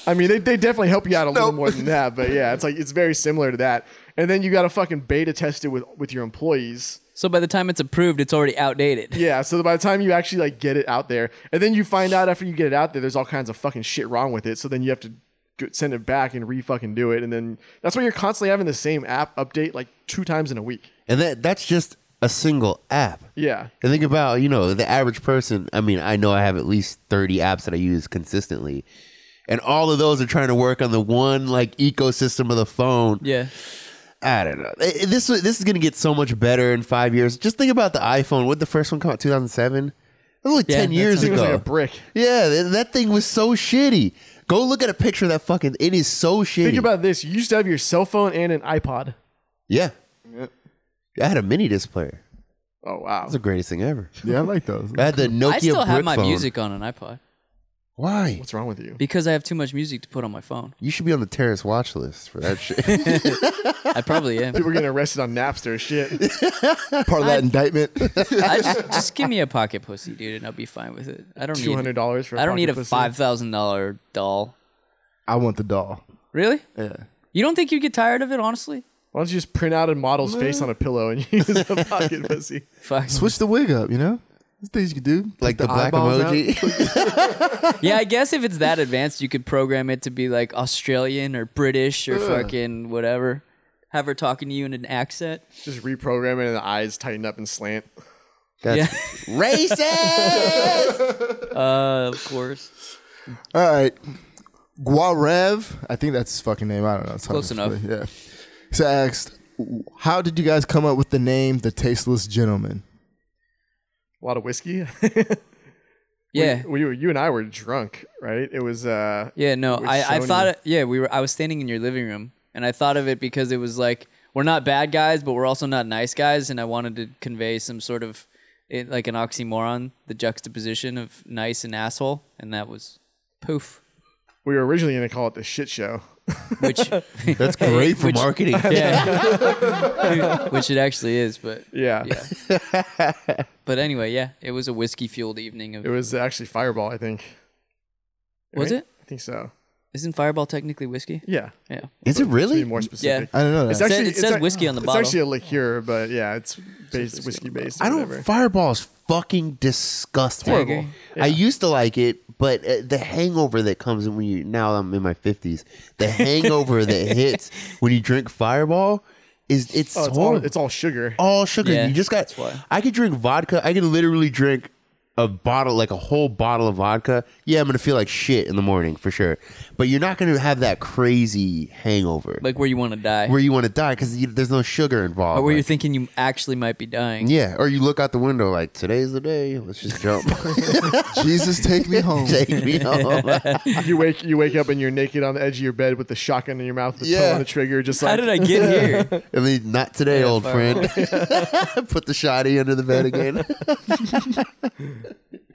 Speaker 3: I mean, they, they definitely help you out a little more than that, but yeah, it's like it's very similar to that. And then you got to fucking beta test it with with your employees.
Speaker 1: So by the time it's approved, it's already outdated.
Speaker 3: Yeah, so by the time you actually like get it out there, and then you find out after you get it out there, there's all kinds of fucking shit wrong with it. So then you have to go- send it back and re fucking do it, and then that's why you're constantly having the same app update like two times in a week.
Speaker 2: and that that's just a single app.
Speaker 3: Yeah,
Speaker 2: And think about you know the average person. I mean, I know I have at least thirty apps that I use consistently, and all of those are trying to work on the one like ecosystem of the phone.
Speaker 1: Yeah.
Speaker 2: I don't know. It- it- This this is gonna get so much better in five years. Just think about the iPhone. What the first one come out? Two thousand seven. was only
Speaker 1: Yeah,
Speaker 2: 10
Speaker 1: that
Speaker 2: years
Speaker 1: sounds
Speaker 3: It was
Speaker 2: ago.
Speaker 3: like a brick.
Speaker 2: Yeah, th- that thing was so shitty. Go look at a picture of that fucking. It is so shitty.
Speaker 3: Think about this. You used to have your cell phone and an iPod.
Speaker 2: yeah. I had a mini disc player.
Speaker 3: Oh wow.
Speaker 2: That's the greatest thing ever.
Speaker 4: Yeah, I like those.
Speaker 2: I had the Nokia.
Speaker 1: I still have
Speaker 2: brick
Speaker 1: my
Speaker 2: phone.
Speaker 1: music on an iPod
Speaker 2: Why?
Speaker 3: What's wrong with you?
Speaker 1: because I have too much music to put on my phone.
Speaker 2: You should be on the terrorist watch list for that shit.
Speaker 1: I probably am.
Speaker 3: People are getting arrested on Napster. Shit.
Speaker 4: Part of that indictment.
Speaker 1: I just, just give me a pocket pussy, dude, and I'll be fine with it. I don't
Speaker 3: Two
Speaker 1: need.
Speaker 3: hundred dollars for.
Speaker 1: I don't need a
Speaker 3: pocket pussy.
Speaker 1: five thousand dollar doll.
Speaker 4: I want the doll.
Speaker 1: Really?
Speaker 4: Yeah.
Speaker 1: You don't think you get tired of it, honestly?
Speaker 3: Why don't you just print out a model's face on a pillow and use a pocket pussy?
Speaker 1: Fuck.
Speaker 4: Switch the wig up, you know? There's things you can do.
Speaker 2: like
Speaker 4: Take
Speaker 2: the, black
Speaker 4: eyeballs out.
Speaker 2: emoji.
Speaker 1: Yeah, I guess if it's that advanced, you could program it to be like Australian or British or fucking whatever. Have her talking to you in an accent.
Speaker 3: Just reprogram it and the eyes tighten up and slant.
Speaker 2: That's racist.
Speaker 1: Uh, of course.
Speaker 4: All right. Guarev, I think that's his fucking name. I don't know. It's hard
Speaker 1: Close
Speaker 4: to
Speaker 1: enough.
Speaker 4: say. Yeah. So I asked, how did you guys come up with the name The Tasteless Gentleman?
Speaker 3: A lot of whiskey.
Speaker 1: Yeah.
Speaker 3: we, were you and I were drunk, right? It was uh
Speaker 1: Yeah, no.
Speaker 3: We're
Speaker 1: I, I
Speaker 3: showing
Speaker 1: thought
Speaker 3: you.
Speaker 1: it, yeah, we were I was standing in your living room and I thought of it because it was like we're not bad guys, but we're also not nice guys and I wanted to convey some sort of it, like an oxymoron, the juxtaposition of nice and asshole and that was poof.
Speaker 3: we were originally gonna call it the shit show.
Speaker 1: Which
Speaker 2: That's great for
Speaker 1: Which-
Speaker 2: marketing.
Speaker 1: Yeah. Which it actually is, but
Speaker 3: Yeah.
Speaker 1: yeah. but anyway, yeah, it was a whiskey fueled evening of
Speaker 3: It was actually Fireball, I think.
Speaker 1: Was
Speaker 3: Right?
Speaker 1: it?
Speaker 3: I think so.
Speaker 1: Isn't Fireball technically whiskey?
Speaker 3: Yeah.
Speaker 1: Yeah.
Speaker 2: Is it
Speaker 3: To be
Speaker 2: really?
Speaker 3: more specific.
Speaker 4: I don't know.
Speaker 3: It's
Speaker 4: That.
Speaker 1: said-
Speaker 3: actually
Speaker 1: it says
Speaker 3: ac-
Speaker 1: whiskey on the
Speaker 3: it's
Speaker 1: bottle.
Speaker 3: actually a liqueur, but yeah, it's based whiskey based. or
Speaker 2: I don't.
Speaker 3: whatever.
Speaker 2: Fireball's fucking disgusting.
Speaker 1: Horrible.
Speaker 2: I used to like it, but uh, the hangover that comes when you now I'm in my fifties. The hangover that hits when you drink Fireball is it's,
Speaker 3: Oh, it's all
Speaker 2: horrible.
Speaker 3: it's all sugar.
Speaker 2: all sugar.
Speaker 1: Yeah,
Speaker 2: you just got.
Speaker 1: that's why.
Speaker 2: I could drink vodka. I could literally drink a bottle, like a whole bottle of vodka. Yeah, I'm gonna feel like shit in the morning for sure. But you're not gonna have that crazy hangover
Speaker 1: Like where you want to die.
Speaker 2: where you want to die because there's no sugar involved.
Speaker 1: or where you're
Speaker 2: Like,
Speaker 1: thinking you actually might be dying.
Speaker 2: yeah, or you look out the window like today's the day. Let's just jump.
Speaker 4: Jesus, take me home.
Speaker 2: Take me home.
Speaker 3: you wake you wake up and you're naked on the edge of your bed with the shotgun in your mouth, the toe
Speaker 2: Yeah.
Speaker 3: on the trigger, just
Speaker 1: How
Speaker 3: like
Speaker 1: did I get here?
Speaker 2: I mean, not today,
Speaker 1: Yeah,
Speaker 2: old
Speaker 1: far
Speaker 2: friend. Put the shoddy under the bed again.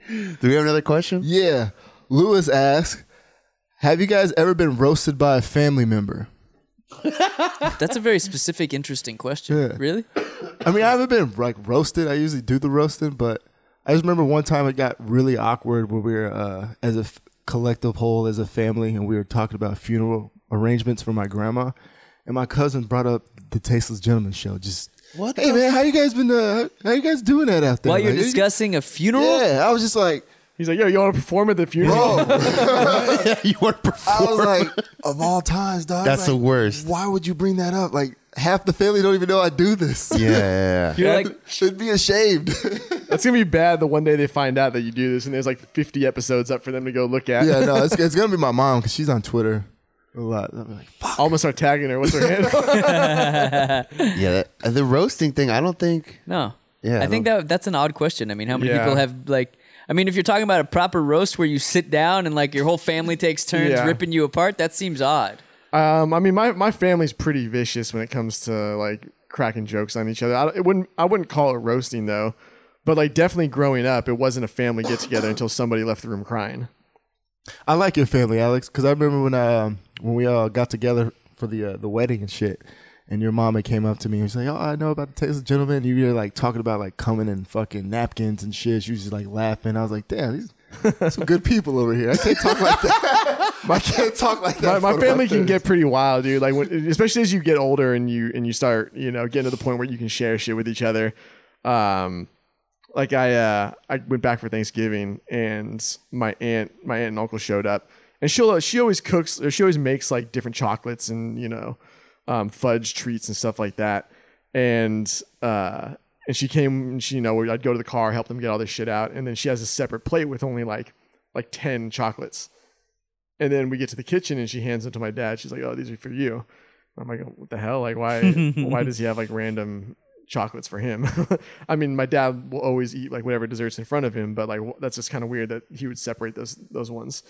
Speaker 2: Do we have another question?
Speaker 4: Yeah. Lewis asks, have you guys ever been roasted by a family member?
Speaker 1: That's a very specific, interesting question.
Speaker 4: Yeah.
Speaker 1: Really?
Speaker 4: I mean, I haven't been like roasted. I usually do the roasting, but I just remember one time it got really awkward where we were uh, as a f- collective whole, as a family, and we were talking about funeral arrangements for my grandma. And my cousin brought up the Tasteless Gentleman show. Just
Speaker 2: What
Speaker 4: Hey
Speaker 2: the
Speaker 4: man, how you guys been? Uh, how you guys doing that out there?
Speaker 1: While you're
Speaker 4: Like,
Speaker 1: discussing a funeral?
Speaker 4: Yeah, I was just like,
Speaker 3: he's like, Yo, you wanna perform at the funeral?
Speaker 4: bro.
Speaker 2: you want to
Speaker 4: I
Speaker 2: perform?
Speaker 4: was like, of all times, dog.
Speaker 2: That's
Speaker 4: like,
Speaker 2: the worst.
Speaker 4: Why would you bring that up? Like half the family don't even know I do this.
Speaker 2: yeah, yeah, yeah.
Speaker 1: You're like,
Speaker 4: should be ashamed.
Speaker 3: That's gonna be bad the one day they find out that you do this and there's like fifty episodes up for them to go look at.
Speaker 4: yeah, no, it's, it's gonna be my mom because she's on Twitter a lot. I'm like, fuck.
Speaker 3: Almost start tagging her. What's her handle?
Speaker 2: yeah that, uh, the roasting thing, I don't think.
Speaker 1: no.
Speaker 2: Yeah,
Speaker 1: I think
Speaker 2: I
Speaker 1: that that's an odd question. I mean, how many
Speaker 3: Yeah.
Speaker 1: people have like I mean, if you're talking about a proper roast where you sit down and like your whole family takes turns
Speaker 3: Yeah.
Speaker 1: ripping you apart, that seems odd.
Speaker 3: um, I mean, my, my family's pretty vicious when it comes to like cracking jokes on each other. I, don't- it wouldn't I wouldn't call it roasting though, but like definitely growing up, it wasn't a family get together until somebody left the room crying.
Speaker 4: I like your family, Alex, because I remember when I, um, when we all got together for the uh, the wedding and shit, and your mama came up to me and was like, "Oh, I know about the taste of gentlemen." You were like talking about like coming in fucking napkins and shit. She was just like laughing. I was like, "Damn, these some good people over here." I can't talk like that. I can't talk like
Speaker 3: my,
Speaker 4: that.
Speaker 3: my
Speaker 4: for the
Speaker 3: family can
Speaker 4: fuckers.
Speaker 3: get pretty wild, dude. Like, when, especially as you get older and you and you start, you know, getting to the point where you can share shit with each other. Um, like I, uh, I went back for Thanksgiving, and my aunt, my aunt and uncle showed up, and she'll uh, she always cooks or she always makes like different chocolates and you know, um, fudge treats and stuff like that, and uh. And she came, and she, you know, I'd go to the car, help them get all this shit out, and then she has a separate plate with only like, like ten chocolates. And then we get to the kitchen and she hands them to "Oh, my dad. She's like, "Oh, these are for you." I'm like, "What the hell? Like, why? why does he have like random chocolates for him. I mean, my dad will always eat like whatever desserts in front of him, but like wh- that's just kind of weird that he would separate those those ones.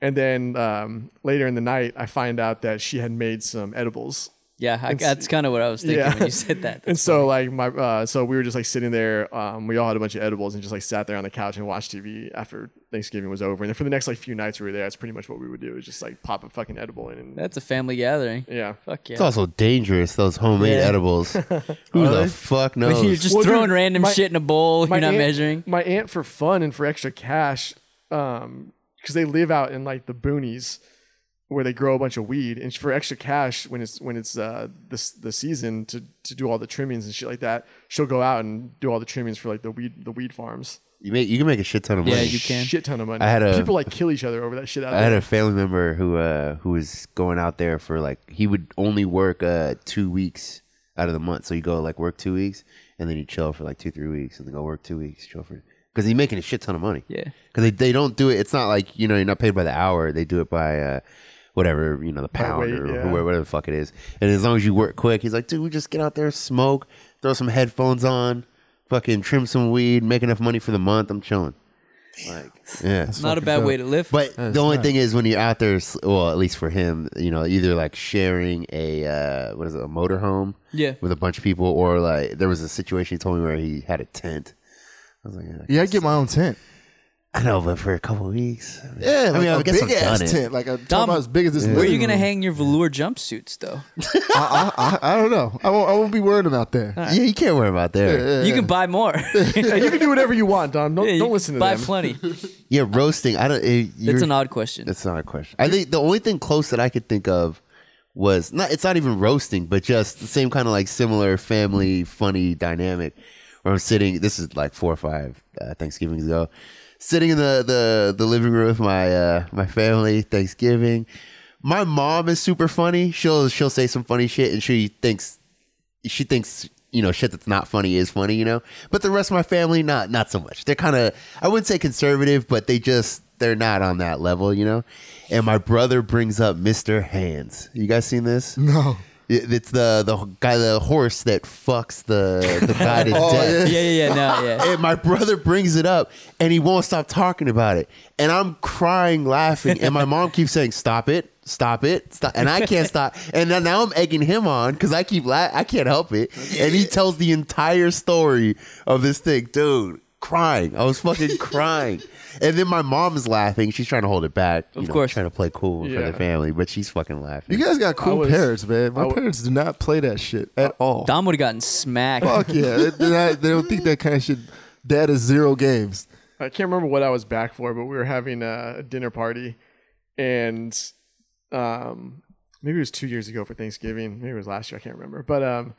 Speaker 3: And then um, later in the night, I find out that she had made some edibles
Speaker 1: Yeah, I, that's kind of what I was thinking
Speaker 3: Yeah.
Speaker 1: when you said that.
Speaker 3: and so like my uh, so we were just like sitting there um, we all had a bunch of edibles and just like sat there on the couch and watched tv after thanksgiving was over and then for the next like few nights we were there that's pretty much what we would do is just like pop a fucking edible in and
Speaker 1: That's a family gathering.
Speaker 3: yeah
Speaker 1: Fuck yeah.
Speaker 2: It's also dangerous, those homemade
Speaker 1: Yeah.
Speaker 2: edibles. Who the fuck knows?
Speaker 1: You're just
Speaker 3: Well, dude,
Speaker 1: throwing random
Speaker 3: my-
Speaker 1: shit in a bowl. You're
Speaker 3: my
Speaker 1: not
Speaker 3: aunt-
Speaker 1: measuring.
Speaker 3: my aunt for fun and for extra cash um because they live out in like the boonies where they grow a bunch of weed and for extra cash when it's when it's uh this the season to to do all the trimmings and shit like that she'll go out and do all the trimmings for like the weed the weed farms
Speaker 2: you, make, you can make a shit ton of money.
Speaker 1: Yeah, you can.
Speaker 3: Shit ton of money.
Speaker 2: I had a-
Speaker 3: people like kill each other over that shit out
Speaker 2: I had
Speaker 3: there.
Speaker 2: a family member who uh, who was going out there for like he would only work uh, two weeks out of the month. So you go like work two weeks and then you chill for like two three weeks and then go work two weeks chill for because he's making a shit ton of money.
Speaker 1: Yeah.
Speaker 2: because they, they don't do it. It's not like you know you're not paid by the hour. They do it by uh, whatever you know the pound
Speaker 3: weight,
Speaker 2: or
Speaker 3: yeah.
Speaker 2: whoever, whatever the fuck it is. And as long as you work quick, he's like, dude, we just get out there, smoke, throw some headphones on, fucking trim some weed, make enough money for the month. I'm chilling. Like yeah.
Speaker 1: Not a
Speaker 4: fucking
Speaker 1: bad
Speaker 4: dope.
Speaker 1: way to live.
Speaker 2: But
Speaker 4: That's
Speaker 2: the only
Speaker 4: nice.
Speaker 2: thing is, when you're out there, s- well, at least for him, you know, either like sharing a uh, what is it, a motorhome,
Speaker 1: Yeah.
Speaker 2: with a bunch of people, or like there was a situation he told me where he had a tent. I was like,
Speaker 4: Yeah, I get my own tent.
Speaker 2: I know, but for a couple of weeks,
Speaker 4: Yeah, like
Speaker 2: I mean, I
Speaker 4: a
Speaker 2: guess I've
Speaker 4: big ass
Speaker 2: done it.
Speaker 4: tent. Like a
Speaker 1: Dumb.
Speaker 4: talking about as big as this.
Speaker 1: where are you
Speaker 4: living
Speaker 1: gonna
Speaker 4: room.
Speaker 1: hang your velour jumpsuits though?
Speaker 4: I, I, I, I don't know. I won't, I won't be wearing them out there.
Speaker 1: Uh,
Speaker 2: yeah, you can't worry about there.
Speaker 1: You can buy more.
Speaker 3: Yeah, you can do whatever you want, Dom. Don't,
Speaker 1: Yeah, you
Speaker 3: don't
Speaker 1: can
Speaker 3: listen to
Speaker 1: buy
Speaker 3: them.
Speaker 1: plenty.
Speaker 2: Yeah, roasting. I don't. It,
Speaker 1: That's
Speaker 2: you're-
Speaker 1: an odd question.
Speaker 2: That's not a question. I think the only thing close that I could think of was not. It's not even roasting, but just the same kind of like similar family funny dynamic. Where I'm sitting. This is like four or five uh, Thanksgivings ago. Sitting in the the the living room with my uh, my family Thanksgiving. My mom is super funny. She'll she'll say some funny shit, and she thinks she thinks you know shit that's not funny is funny you know but the rest of my family not not so much they're kind of i wouldn't say conservative but they just they're not on that level you know and my brother brings up mr hands you guys seen this
Speaker 4: No.
Speaker 2: It- it's the the guy the horse that fucks the the guy to death
Speaker 1: yeah, yeah, yeah, no, yeah.
Speaker 2: and my brother brings it up and he won't stop talking about it and i'm crying laughing and my mom keeps saying stop it stop it stop and i can't stop and then now i'm egging him on because i keep la- i can't help it and he tells the entire story of this thing dude crying i was fucking crying and then my mom is laughing she's trying to hold it back you
Speaker 1: Of
Speaker 2: know,
Speaker 1: course.
Speaker 2: trying to play cool for
Speaker 3: Yeah.
Speaker 2: the family but she's fucking laughing
Speaker 4: You guys got cool
Speaker 3: was-
Speaker 4: parents, man. My
Speaker 3: I wa-
Speaker 4: parents do not play that shit at all.
Speaker 1: Uh, Dom would have gotten smacked.
Speaker 4: Fuck yeah. They, they're not- they don't think that kind of shit. Dad is zero games.
Speaker 3: I can't remember what I was back for, but we were having a dinner party, and um, maybe it was two years ago for Thanksgiving. Maybe it was last year. I can't remember. But um,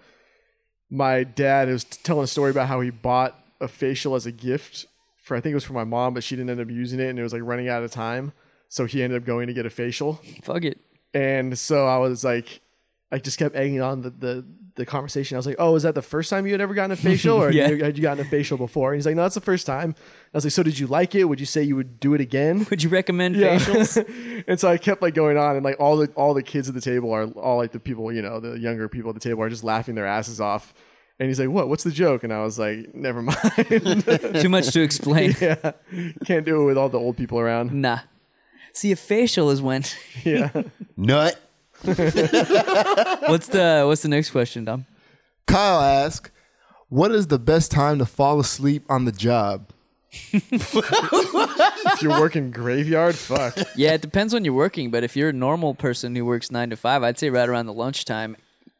Speaker 3: my dad was telling a story about how he bought a facial as a gift for I think it was for my mom, but she didn't end up using it, and it was like running out of time. So he ended up going to get a facial.
Speaker 1: Fuck it.
Speaker 3: And so I was like, I just kept egging on the, the, the conversation. I was like, oh, is that the first time you had ever gotten a facial or
Speaker 1: Yeah.
Speaker 3: had, you, had you gotten a facial before? And he's like, no, that's the first time. I was like, so did you like it? Would you say you would do it again?
Speaker 1: Would you recommend
Speaker 3: Yeah.
Speaker 1: facials?
Speaker 3: and so I kept like going on and like all the, all the kids at the table are all like the people, you know, the younger people at the table are just laughing their asses off. And he's like, what, what's the joke? And I was like, never mind.
Speaker 1: Too much to explain.
Speaker 3: yeah. Can't do it with all the old people around.
Speaker 1: Nah. See, a facial is when.
Speaker 3: Yeah.
Speaker 2: nut
Speaker 1: What's the What's the next question, Dom?
Speaker 4: Kyle asks, What is the best time to fall asleep on the job?
Speaker 3: if you're working graveyard, fuck.
Speaker 1: Yeah, it depends when you're working, but if you're a normal person who works nine to five, I'd say right around the lunchtime.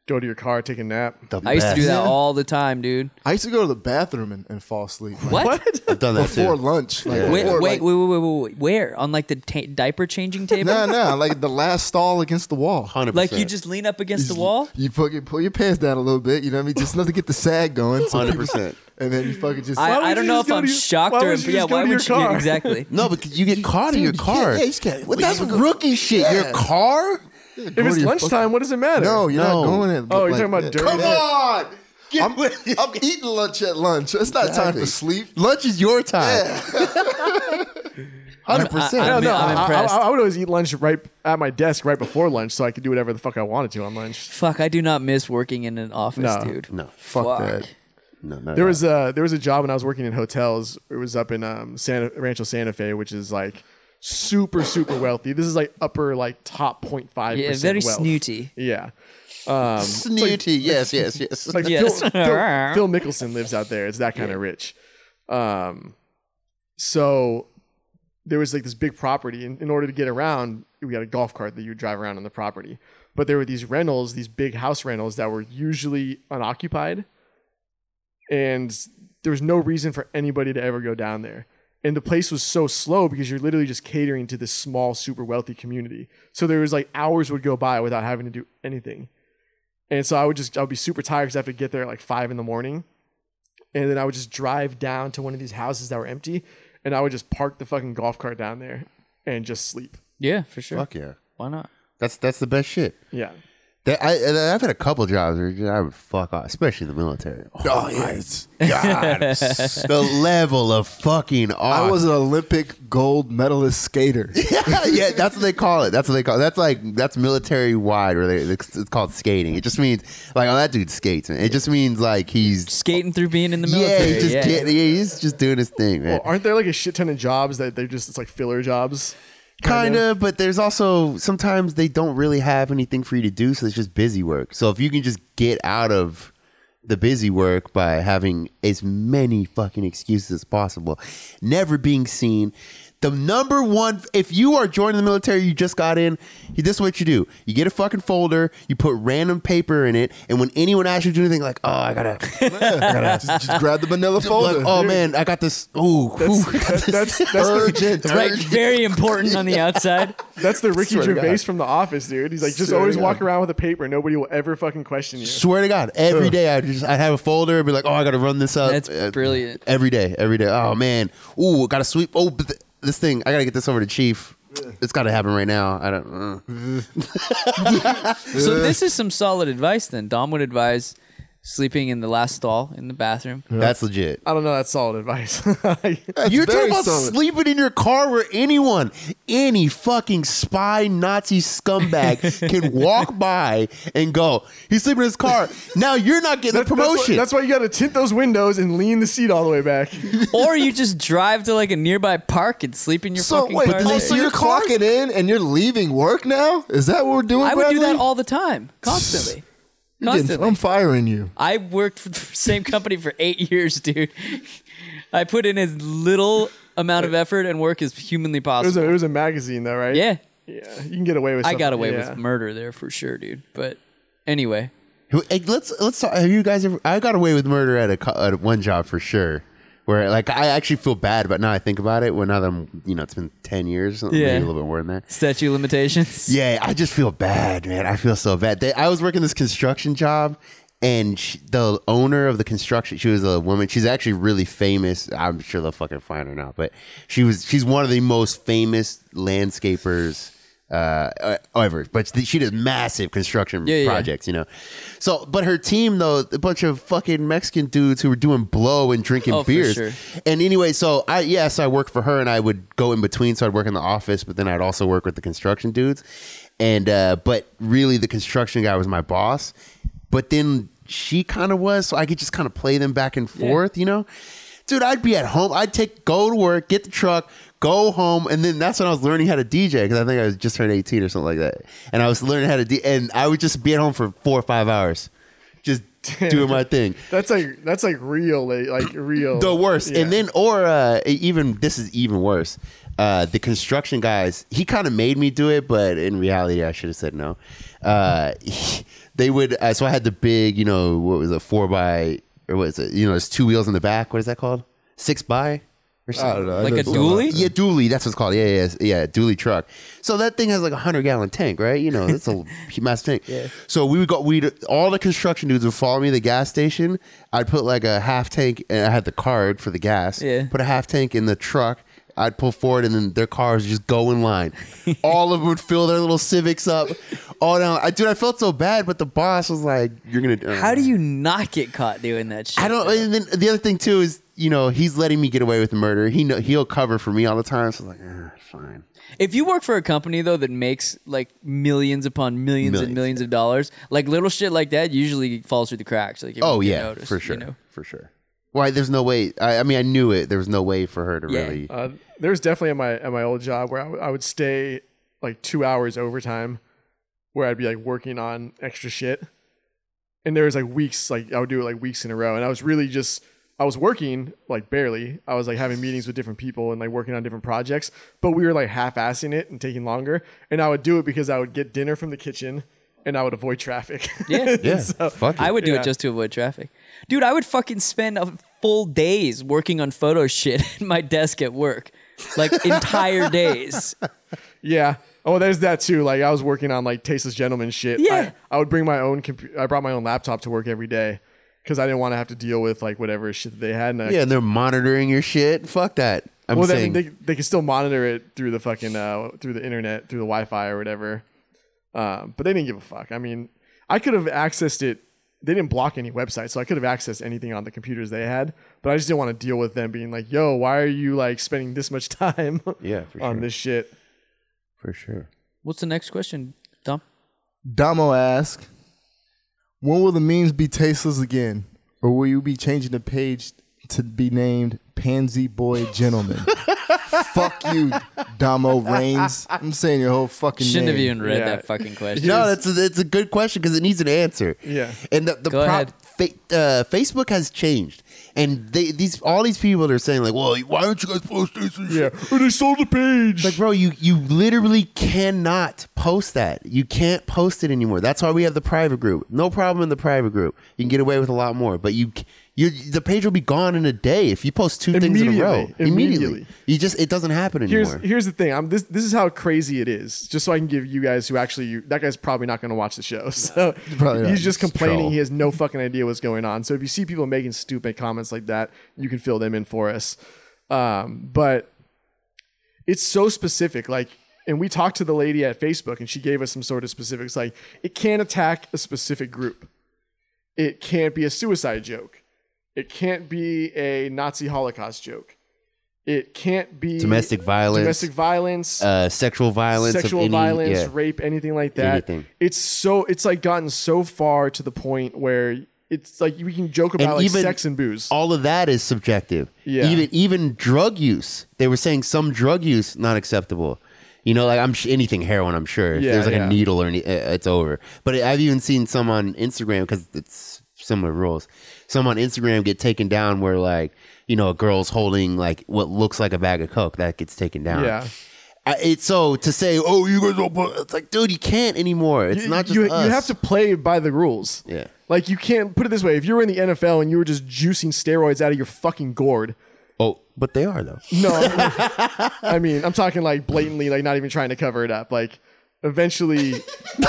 Speaker 3: Go to your car, take a nap.
Speaker 2: The
Speaker 1: I used to do
Speaker 2: best.
Speaker 1: that
Speaker 4: Yeah.
Speaker 1: all the time, dude.
Speaker 4: I used to go to the bathroom and, and fall asleep. Like,
Speaker 1: What?
Speaker 2: i've done that
Speaker 4: Before
Speaker 2: too
Speaker 4: lunch. Like,
Speaker 1: Wait,
Speaker 4: before,
Speaker 1: wait, wait,
Speaker 4: like,
Speaker 1: wait, wait, wait, wait. Where? On like the ta- diaper changing table?
Speaker 4: No, no, like the last stall against the wall.
Speaker 2: 100%.
Speaker 1: Like you just lean up against the wall?
Speaker 4: You fucking pull your pants down a little bit, you know what I mean? Just enough to get the sag going. so people-
Speaker 2: 100%.
Speaker 4: And then you fucking just.
Speaker 1: I,
Speaker 3: would
Speaker 1: I don't
Speaker 3: you
Speaker 1: know
Speaker 3: just
Speaker 1: if
Speaker 3: go
Speaker 1: I'm
Speaker 3: to your-
Speaker 1: shocked
Speaker 3: why
Speaker 1: or
Speaker 3: would you
Speaker 1: yeah,
Speaker 3: just go
Speaker 1: why
Speaker 3: to
Speaker 1: would
Speaker 3: your
Speaker 1: you
Speaker 3: car?
Speaker 1: exactly?
Speaker 2: no, because you get caught
Speaker 4: dude,
Speaker 2: in your
Speaker 4: you can't-
Speaker 2: car.
Speaker 4: yeah, you just can't
Speaker 2: Well,
Speaker 4: leave
Speaker 2: that's
Speaker 4: the-
Speaker 2: rookie shit. Your car?
Speaker 3: If it's lunchtime, what does it matter?
Speaker 4: No, you're
Speaker 2: No.
Speaker 4: not going in.
Speaker 3: Oh, you're talking about dirty
Speaker 4: Come
Speaker 3: lunch.
Speaker 4: on. I'm, I'm eating lunch at lunch. It's not time for sleep.
Speaker 2: Lunch is your time. Hundred
Speaker 1: I- I don't
Speaker 2: percent.
Speaker 1: know.
Speaker 3: No,
Speaker 1: I'm
Speaker 3: I-
Speaker 1: impressed.
Speaker 3: I, I would always eat lunch right at my desk right before lunch, so I could do whatever the fuck I wanted to on lunch.
Speaker 1: Fuck, I do not miss working in an office,
Speaker 3: No,
Speaker 1: dude.
Speaker 2: no,
Speaker 1: fuck,
Speaker 4: that.
Speaker 2: No, no.
Speaker 3: There was a there was a job when I was working in hotels. It was up in um, Santa, Rancho Santa Fe, which is like super super wealthy. This is like upper like top 0.5
Speaker 1: Yeah,
Speaker 3: percent
Speaker 1: very
Speaker 3: wealth.
Speaker 1: snooty.
Speaker 3: Yeah, um,
Speaker 2: snooty. yes, yes, yes.
Speaker 3: like
Speaker 1: Yes.
Speaker 3: Phil, Phil, Phil Mickelson lives out there. It's that kind of rich. Um, so there was like this big property, and in order to get around, we had a golf cart that you would drive around on the property. But there were these rentals, these big house rentals that were usually unoccupied, and there was no reason for anybody to ever go down there. And the place was so slow because you're literally just catering to this small, super wealthy community. So there was like hours would go by without having to do anything. And so I would just I would be super tired because I have to get there at like five in the morning. And then I would just drive down to one of these houses that were empty and I would just park the fucking golf cart down there and just sleep.
Speaker 1: Yeah, for sure.
Speaker 2: Fuck yeah.
Speaker 1: Why not?
Speaker 2: That's that's the best shit.
Speaker 3: Yeah.
Speaker 2: That, I, and I've had a couple jobs where I would fuck off, especially in the military. Oh,
Speaker 4: Oh, yes.
Speaker 2: God, the level of fucking
Speaker 4: I
Speaker 2: awesome.
Speaker 4: was an Olympic gold medalist skater.
Speaker 2: yeah, that's what they call it. That's what they call. That's like that's military wide, where they, it's it's called skating. It just means like oh that dude skates. Man. It just means like he's
Speaker 1: Skating through being in the
Speaker 2: yeah,
Speaker 1: military.
Speaker 2: he just
Speaker 1: yeah.
Speaker 2: can't- yeah, he's just doing his thing, man.
Speaker 3: Well, aren't there like a shit ton of jobs that they're just it's like filler jobs?
Speaker 2: kind of, but there's also sometimes they don't really have anything for you to do, so it's just busy work. So if you can just get out of the busy work by having as many fucking excuses as possible, never being seen. The number one, if you are joining the military, you just got in. you- This is what you do: you get a fucking folder, you put random paper in it, and when anyone asks you to do anything, like, oh, I gotta,
Speaker 4: just, just grab the manila
Speaker 2: like,
Speaker 4: folder.
Speaker 2: oh man, I got this. Ooh, ooh, I got this.
Speaker 3: That's that's the,
Speaker 1: Right, very important on the outside.
Speaker 3: that's the Ricky
Speaker 2: Swear to
Speaker 3: Gervais
Speaker 2: God.
Speaker 3: from The Office, dude. He's like, just
Speaker 4: Swear to
Speaker 3: always
Speaker 4: God.
Speaker 3: walk around with a paper. Nobody will ever fucking question you.
Speaker 2: Swear to God, every day I just I'd have a folder and be like, oh, I gotta run this up.
Speaker 1: That's
Speaker 2: Uh,
Speaker 1: brilliant.
Speaker 2: Every day, every day. Oh man, ooh, gotta sweep. Oh, but th- this thing, I gotta get this over to chief. It's gotta happen right now. I don't. uh.
Speaker 1: So this is some solid advice then. Dom would advise sleeping in the last stall in the bathroom.
Speaker 2: That's legit.
Speaker 3: I don't know. That's solid advice.
Speaker 2: You're talking
Speaker 4: very
Speaker 2: about
Speaker 4: solid.
Speaker 2: sleeping in your car where anyone, any fucking spy Nazi scumbag can walk by and go, he's sleeping in his car. Now you're not getting
Speaker 3: That's-
Speaker 2: the promotion.
Speaker 3: That's why, that's why you got to tint those windows and lean the seat all the way back.
Speaker 1: or you just drive to like a nearby park and sleep in your
Speaker 4: So
Speaker 1: fucking
Speaker 4: wait,
Speaker 1: car.
Speaker 4: oh,
Speaker 1: there.
Speaker 4: so you're clocking in and you're leaving work now? Is that what we're doing?
Speaker 1: I would do that
Speaker 4: Bradley?
Speaker 1: all the time, constantly.
Speaker 4: You're getting-
Speaker 1: Constantly.
Speaker 4: I'm firing you.
Speaker 1: I worked for the same company for eight years, dude. I put in as little amount of effort and work as humanly
Speaker 3: It was
Speaker 1: possible.
Speaker 3: a, it was a magazine though, right?
Speaker 1: yeah,
Speaker 3: Yeah, you can get away with.
Speaker 1: I
Speaker 3: stuff-
Speaker 1: got away
Speaker 3: yeah.
Speaker 1: with murder there for sure, dude. But anyway,
Speaker 2: Hey, eh, let's let's talk. Have you guys ever? I got away with murder at a co- at one job for sure. Where like I actually feel bad, but now I think about it. When now that I'm, you know, it's been ten years, maybe
Speaker 1: Yeah.
Speaker 2: a little bit more than that.
Speaker 1: statute of limitations.
Speaker 2: Yeah, I just feel bad, man. I feel so bad. They, I was working this construction job, and sh the owner of the construction, she was a woman. She's actually really famous. I'm sure they'll fucking find her now, but she was. She's one of the most famous landscapers uh, uh, ever. But she does massive construction
Speaker 1: Yeah, yeah, yeah.
Speaker 2: projects, you know. So, but her team though, a bunch of fucking Mexican dudes who were doing blow and drinking
Speaker 1: Oh, for
Speaker 2: beers.
Speaker 1: sure.
Speaker 2: And anyway, so I yes, I worked for her, and I would go in between. So I'd work in the office, but then I'd also work with the construction dudes. And uh, but really, the construction guy was my boss. But then she kind of was, so I could just kind of play them back and forth, you know. Dude, I'd be at home. I'd take go to work, get the truck, go home, and then that's when I was learning how to DJ because I think I was just turned eighteen or something like that, and I was learning how to. D- and I would just be at home for four or five hours, just doing my thing.
Speaker 3: That's like that's like real, like, like real.
Speaker 2: The worst.
Speaker 3: Yeah.
Speaker 2: And then, or uh, even this is even worse. Uh, the construction guys, he kind of made me do it, but in reality, I should have said no. Uh, they would. Uh, so I had the big, you know, what was a four by or what is it? You know, it's two wheels in the back. What is that called? Six by or something.
Speaker 1: Like a dually?
Speaker 2: Yeah, dually. That's what's called. Yeah, yeah, yeah. Dually truck. So that thing has like a hundred gallon tank, right? You know, it's a massive tank. So we would go. We would all the construction dudes would follow me to the gas station. I'd put like a half tank, and I had the card for the gas.
Speaker 1: Yeah.
Speaker 2: Put a half tank in the truck. I'd pull forward, and then their cars would just go in line. All of them would fill their little Civics up. All down. I dude, I felt so bad, but the boss was like, "You're gonna." uh,
Speaker 1: How do you not get caught doing that shit?
Speaker 2: I don't. And then the other thing too is, you know, he's letting me get away with the murder. He know, he'll cover for me all the time. So I'm like, "Ah, fine.
Speaker 1: If you work for a company though that makes like millions upon millions, and
Speaker 2: Millions,
Speaker 1: millions of dollars, like little shit like that usually falls through the cracks. Like it
Speaker 2: Oh
Speaker 1: won't get
Speaker 2: yeah,
Speaker 1: noticed,
Speaker 2: for
Speaker 1: you
Speaker 2: sure,
Speaker 1: know?
Speaker 2: for sure. Why? There's no way. I, I mean, I knew it. There was no way for her to
Speaker 1: Yeah.
Speaker 2: really.
Speaker 3: Uh, there was definitely at my at my old job where I would- I would stay like two hours overtime, where I'd be like working on extra shit, and there was like weeks like I would do it like weeks in a row, and I was really just I was working like barely. I was like having meetings with different people and like working on different projects, but we were like half-assing it and taking longer. And I would do it because I would get dinner from the kitchen and I would avoid traffic.
Speaker 1: Yeah.
Speaker 2: Yeah,
Speaker 3: So-
Speaker 2: fuck it.
Speaker 1: I would do
Speaker 3: Yeah.
Speaker 1: it just to avoid traffic. Dude, I would fucking spend a full days working on photo shit at my desk at work. Like entire days.
Speaker 3: Yeah. Oh, there's that too. Like I was working on like Tasteless Gentleman shit.
Speaker 1: Yeah.
Speaker 3: I, I would bring my own computer. I brought my own laptop to work every day because I didn't want to have to deal with like whatever shit they had. And I-
Speaker 2: yeah, and they're monitoring your shit. Fuck that. I'm
Speaker 3: Well, then
Speaker 2: saying.
Speaker 3: they they could still monitor it through the fucking uh, through the internet through the Wi-Fi or whatever. Um, but they didn't give a fuck. I mean, I could have accessed it. They didn't block any websites, so I could have accessed anything on the computers they had. But I just didn't want to deal with them being like, "Yo, why are you like spending this much time
Speaker 2: yeah, for
Speaker 3: on
Speaker 2: sure.
Speaker 3: this shit?"
Speaker 2: for sure.
Speaker 1: What's the next question, Tom?
Speaker 4: Damo asks, when will the memes be tasteless again? Or will you be changing the page to be named Pansy Boy Gentleman? Fuck you, Damo Reigns. I'm saying your whole fucking
Speaker 1: Shouldn't have
Speaker 4: name.
Speaker 1: even read
Speaker 3: Yeah.
Speaker 1: that fucking question.
Speaker 2: No, that's a, that's a good question because it needs an answer.
Speaker 3: Yeah.
Speaker 2: And the, the
Speaker 1: Go ahead.
Speaker 2: fa- uh, Facebook has changed, and they these all these people are saying like, "Well, why don't you guys post this?" And
Speaker 3: Yeah,
Speaker 2: shit?"
Speaker 3: or they sold the page.
Speaker 2: Like, bro, you you literally cannot post that. You can't post it anymore. That's why we have the private group. No problem in the private group. You can get away with a lot more, but you c- you the page will be gone in a day if you post two things in a row
Speaker 3: Immediately. Immediately.
Speaker 2: You just it doesn't happen anymore.
Speaker 3: Here's here's the thing. I'm this this is how crazy it is. Just so I can give you guys who actually you, that guy's probably not going to watch the show. So
Speaker 4: Probably not.
Speaker 3: he's just complaining.
Speaker 2: Troll.
Speaker 3: He has no fucking idea what's going on. So if you see people making stupid comments like that, you can fill them in for us. Um, but it's so specific. Like, and we talked to the lady at Facebook, and she gave us some sort of specifics. Like, it can't attack a specific group. It can't be a suicide joke. It can't be a Nazi Holocaust joke. It can't be
Speaker 2: Domestic violence.
Speaker 3: Domestic violence
Speaker 2: uh, sexual violence, of
Speaker 3: sexual
Speaker 2: any-
Speaker 3: violence,
Speaker 2: yeah.
Speaker 3: rape, anything like that.
Speaker 2: Anything.
Speaker 3: It's so it's like gotten so far to the point where it's like we can joke about like
Speaker 2: even
Speaker 3: sex and booze.
Speaker 2: all of that is subjective.
Speaker 3: Yeah.
Speaker 2: Even even drug use. They were saying some drug use not acceptable. You know, like I'm sh- anything heroin. I'm sure if
Speaker 3: Yeah,
Speaker 2: there's like
Speaker 3: yeah.
Speaker 2: a needle or any, uh, it's over. But I've even seen some on Instagram because it's similar rules. Some on Instagram get taken down where like you know a girl's holding like what looks like a bag of coke that gets taken down.
Speaker 3: yeah.
Speaker 2: I, it's so to say, oh, you guys don't. put-" It's like, dude, you can't anymore. It's
Speaker 3: You-
Speaker 2: not just
Speaker 3: you,
Speaker 2: us.
Speaker 3: you have to play by the rules.
Speaker 2: Yeah.
Speaker 3: Like you can't put it this way, if you were in the NFL and you were just juicing steroids out of your fucking gourd.
Speaker 2: Oh, but they are though.
Speaker 3: No. I mean, I'm talking like blatantly like not even trying to cover it up. Like eventually All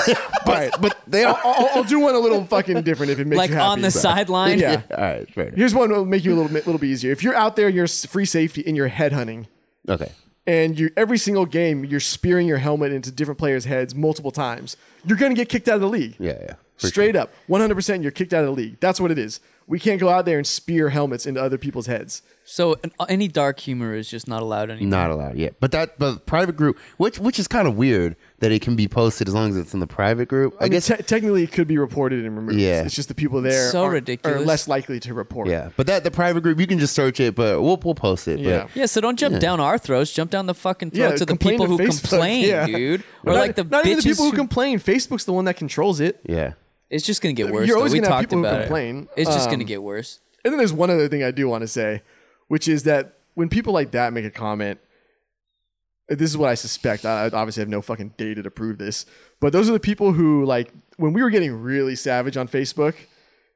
Speaker 3: right,
Speaker 2: But they
Speaker 3: I'll,
Speaker 2: are.
Speaker 3: I'll, I'll do one a little fucking different if it makes
Speaker 1: like
Speaker 3: you happy.
Speaker 1: on the sideline.
Speaker 3: Yeah.
Speaker 2: All right, fair enough.
Speaker 3: Here's one that'll make you a little bit, little bit easier. If you're out there, you're s- free safety and you're head hunting,
Speaker 2: Okay.
Speaker 3: and you every single game you're spearing your helmet into different players' heads multiple times, you're gonna get kicked out of the league.
Speaker 2: Yeah, yeah. for sure.
Speaker 3: Straight up, 100%, you're kicked out of the league. That's what it is. We can't go out there and spear helmets into other people's heads.
Speaker 1: So an- any dark humor is just not allowed anymore.
Speaker 2: Not allowed yet. But that but private group, which which is kind of weird that it can be posted as long as it's in the private group.
Speaker 3: I,
Speaker 2: I,
Speaker 3: mean,
Speaker 2: guess
Speaker 3: te- technically, it could be reported and removed.
Speaker 2: Yeah.
Speaker 3: It's just the people there
Speaker 1: So
Speaker 3: are- are
Speaker 1: ridiculous.
Speaker 3: less likely to report.
Speaker 2: yeah. But that the private group, you can just search it, but we'll we'll post it.
Speaker 3: Yeah.
Speaker 1: Yeah, so don't jump down our throats. Jump down the fucking
Speaker 3: Yeah,
Speaker 1: throats of the
Speaker 3: complain
Speaker 1: people
Speaker 3: to
Speaker 1: who
Speaker 3: Facebook.
Speaker 1: complain,
Speaker 3: Yeah.
Speaker 1: dude. Or
Speaker 3: Not-
Speaker 1: like the
Speaker 3: not
Speaker 1: bitches
Speaker 3: even the people who
Speaker 1: who
Speaker 3: complain. Facebook's the one that controls it.
Speaker 2: But yeah.
Speaker 1: It's just gonna get worse.
Speaker 3: You're
Speaker 1: though.
Speaker 3: always
Speaker 1: we
Speaker 3: gonna have
Speaker 1: talked
Speaker 3: people who
Speaker 1: about it.
Speaker 3: complain.
Speaker 1: It's just gonna
Speaker 3: Um,
Speaker 1: get worse.
Speaker 3: And then there's one other thing I do want to say, which is that when people like that make a comment, uh, this is what I suspect. I I obviously have no fucking data to prove this, but those are the people who like when we were getting really savage on Facebook.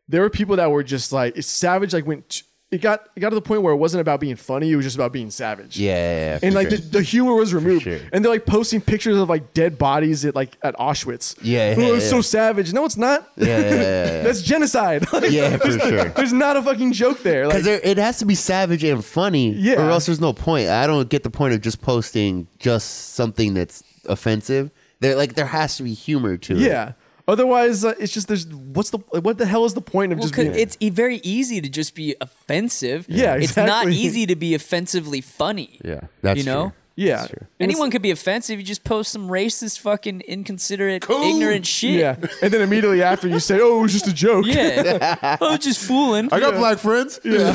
Speaker 3: There were people that were just like, it's savage. Like went t- it got it got to the point where it wasn't about being funny. It was just about being savage.
Speaker 2: Yeah, yeah, yeah, for
Speaker 3: and like
Speaker 2: sure.
Speaker 3: the, the humor was removed,
Speaker 2: sure.
Speaker 3: and they're like posting pictures of like dead bodies at like at Auschwitz.
Speaker 2: Yeah,
Speaker 3: oh,
Speaker 2: yeah,
Speaker 3: it's
Speaker 2: yeah.
Speaker 3: so savage. No, it's not.
Speaker 2: yeah, yeah, yeah, yeah.
Speaker 3: That's genocide. Like,
Speaker 2: Yeah, for sure.
Speaker 3: There's not a fucking joke there. Like,
Speaker 2: Because it has to be savage and funny,
Speaker 3: Yeah.
Speaker 2: or else there's no point. I don't get the point of just posting just something that's offensive. There, like, there has to be humor to it.
Speaker 3: yeah. Otherwise, uh, it's just there's what's the like, what the hell is the point of
Speaker 1: Well,
Speaker 3: just
Speaker 1: 'cause
Speaker 3: being?
Speaker 1: it's e- very easy to just be offensive.
Speaker 3: Yeah,
Speaker 1: It's not
Speaker 3: exactly.
Speaker 1: easy to be offensively funny.
Speaker 2: yeah, that's
Speaker 1: you know?
Speaker 3: yeah.
Speaker 2: That's true.
Speaker 3: And it's-
Speaker 1: Anyone could be offensive. You just post some racist, fucking inconsiderate, ignorant shit.
Speaker 3: Yeah. And then immediately after you say, "Oh, it was just a joke."
Speaker 1: Yeah. I was just fooling.
Speaker 4: I got black friends. Yeah.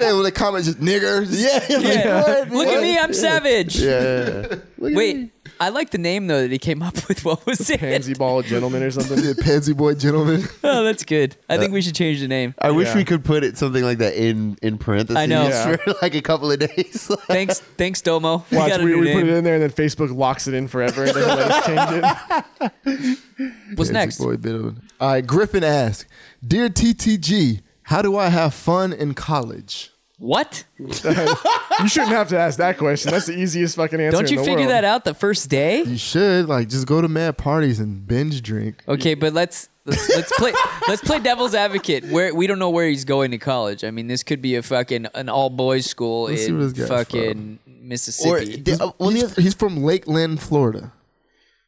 Speaker 4: and when they comment, just niggers.
Speaker 2: Yeah, yeah.
Speaker 1: Yeah. Look at me, I'm savage.
Speaker 2: Look at me.
Speaker 1: Wait, I like the name though that he came up with. What was it?
Speaker 3: Pansy ball gentleman or something.
Speaker 4: Yeah, pansy boy gentleman.
Speaker 1: Oh, that's good. I
Speaker 3: Uh,
Speaker 1: think we should change the name.
Speaker 2: I wish
Speaker 3: Yeah.
Speaker 2: we could put it something like that in in parentheses.
Speaker 1: I know.
Speaker 3: Yeah.
Speaker 2: for like a couple of days.
Speaker 1: Thanks, thanks, Domo. We
Speaker 3: Watch,
Speaker 1: got a
Speaker 3: we,
Speaker 1: new
Speaker 3: we put
Speaker 1: name.
Speaker 3: it in there, and then Facebook locks it in forever, and then let us change it.
Speaker 1: What's
Speaker 4: Pansy
Speaker 1: next?
Speaker 4: Boy gentleman. All right. Griffin asks, dear TTG, how do I have fun in college?
Speaker 1: What?
Speaker 3: You shouldn't have to ask that question. That's the easiest fucking answer.
Speaker 1: Don't you figure that out the first day?
Speaker 4: You should like just go to mad parties and binge drink.
Speaker 1: Okay, but let's let's, let's play let's play devil's advocate. Where we don't know where he's going to college. I mean, this could be a fucking an all boys school
Speaker 4: Let's see where
Speaker 1: in
Speaker 4: this guy's
Speaker 1: fucking
Speaker 2: or
Speaker 1: Mississippi.
Speaker 2: the- uh, well, the
Speaker 4: He's,
Speaker 2: other-
Speaker 4: he's from Lakeland, Florida.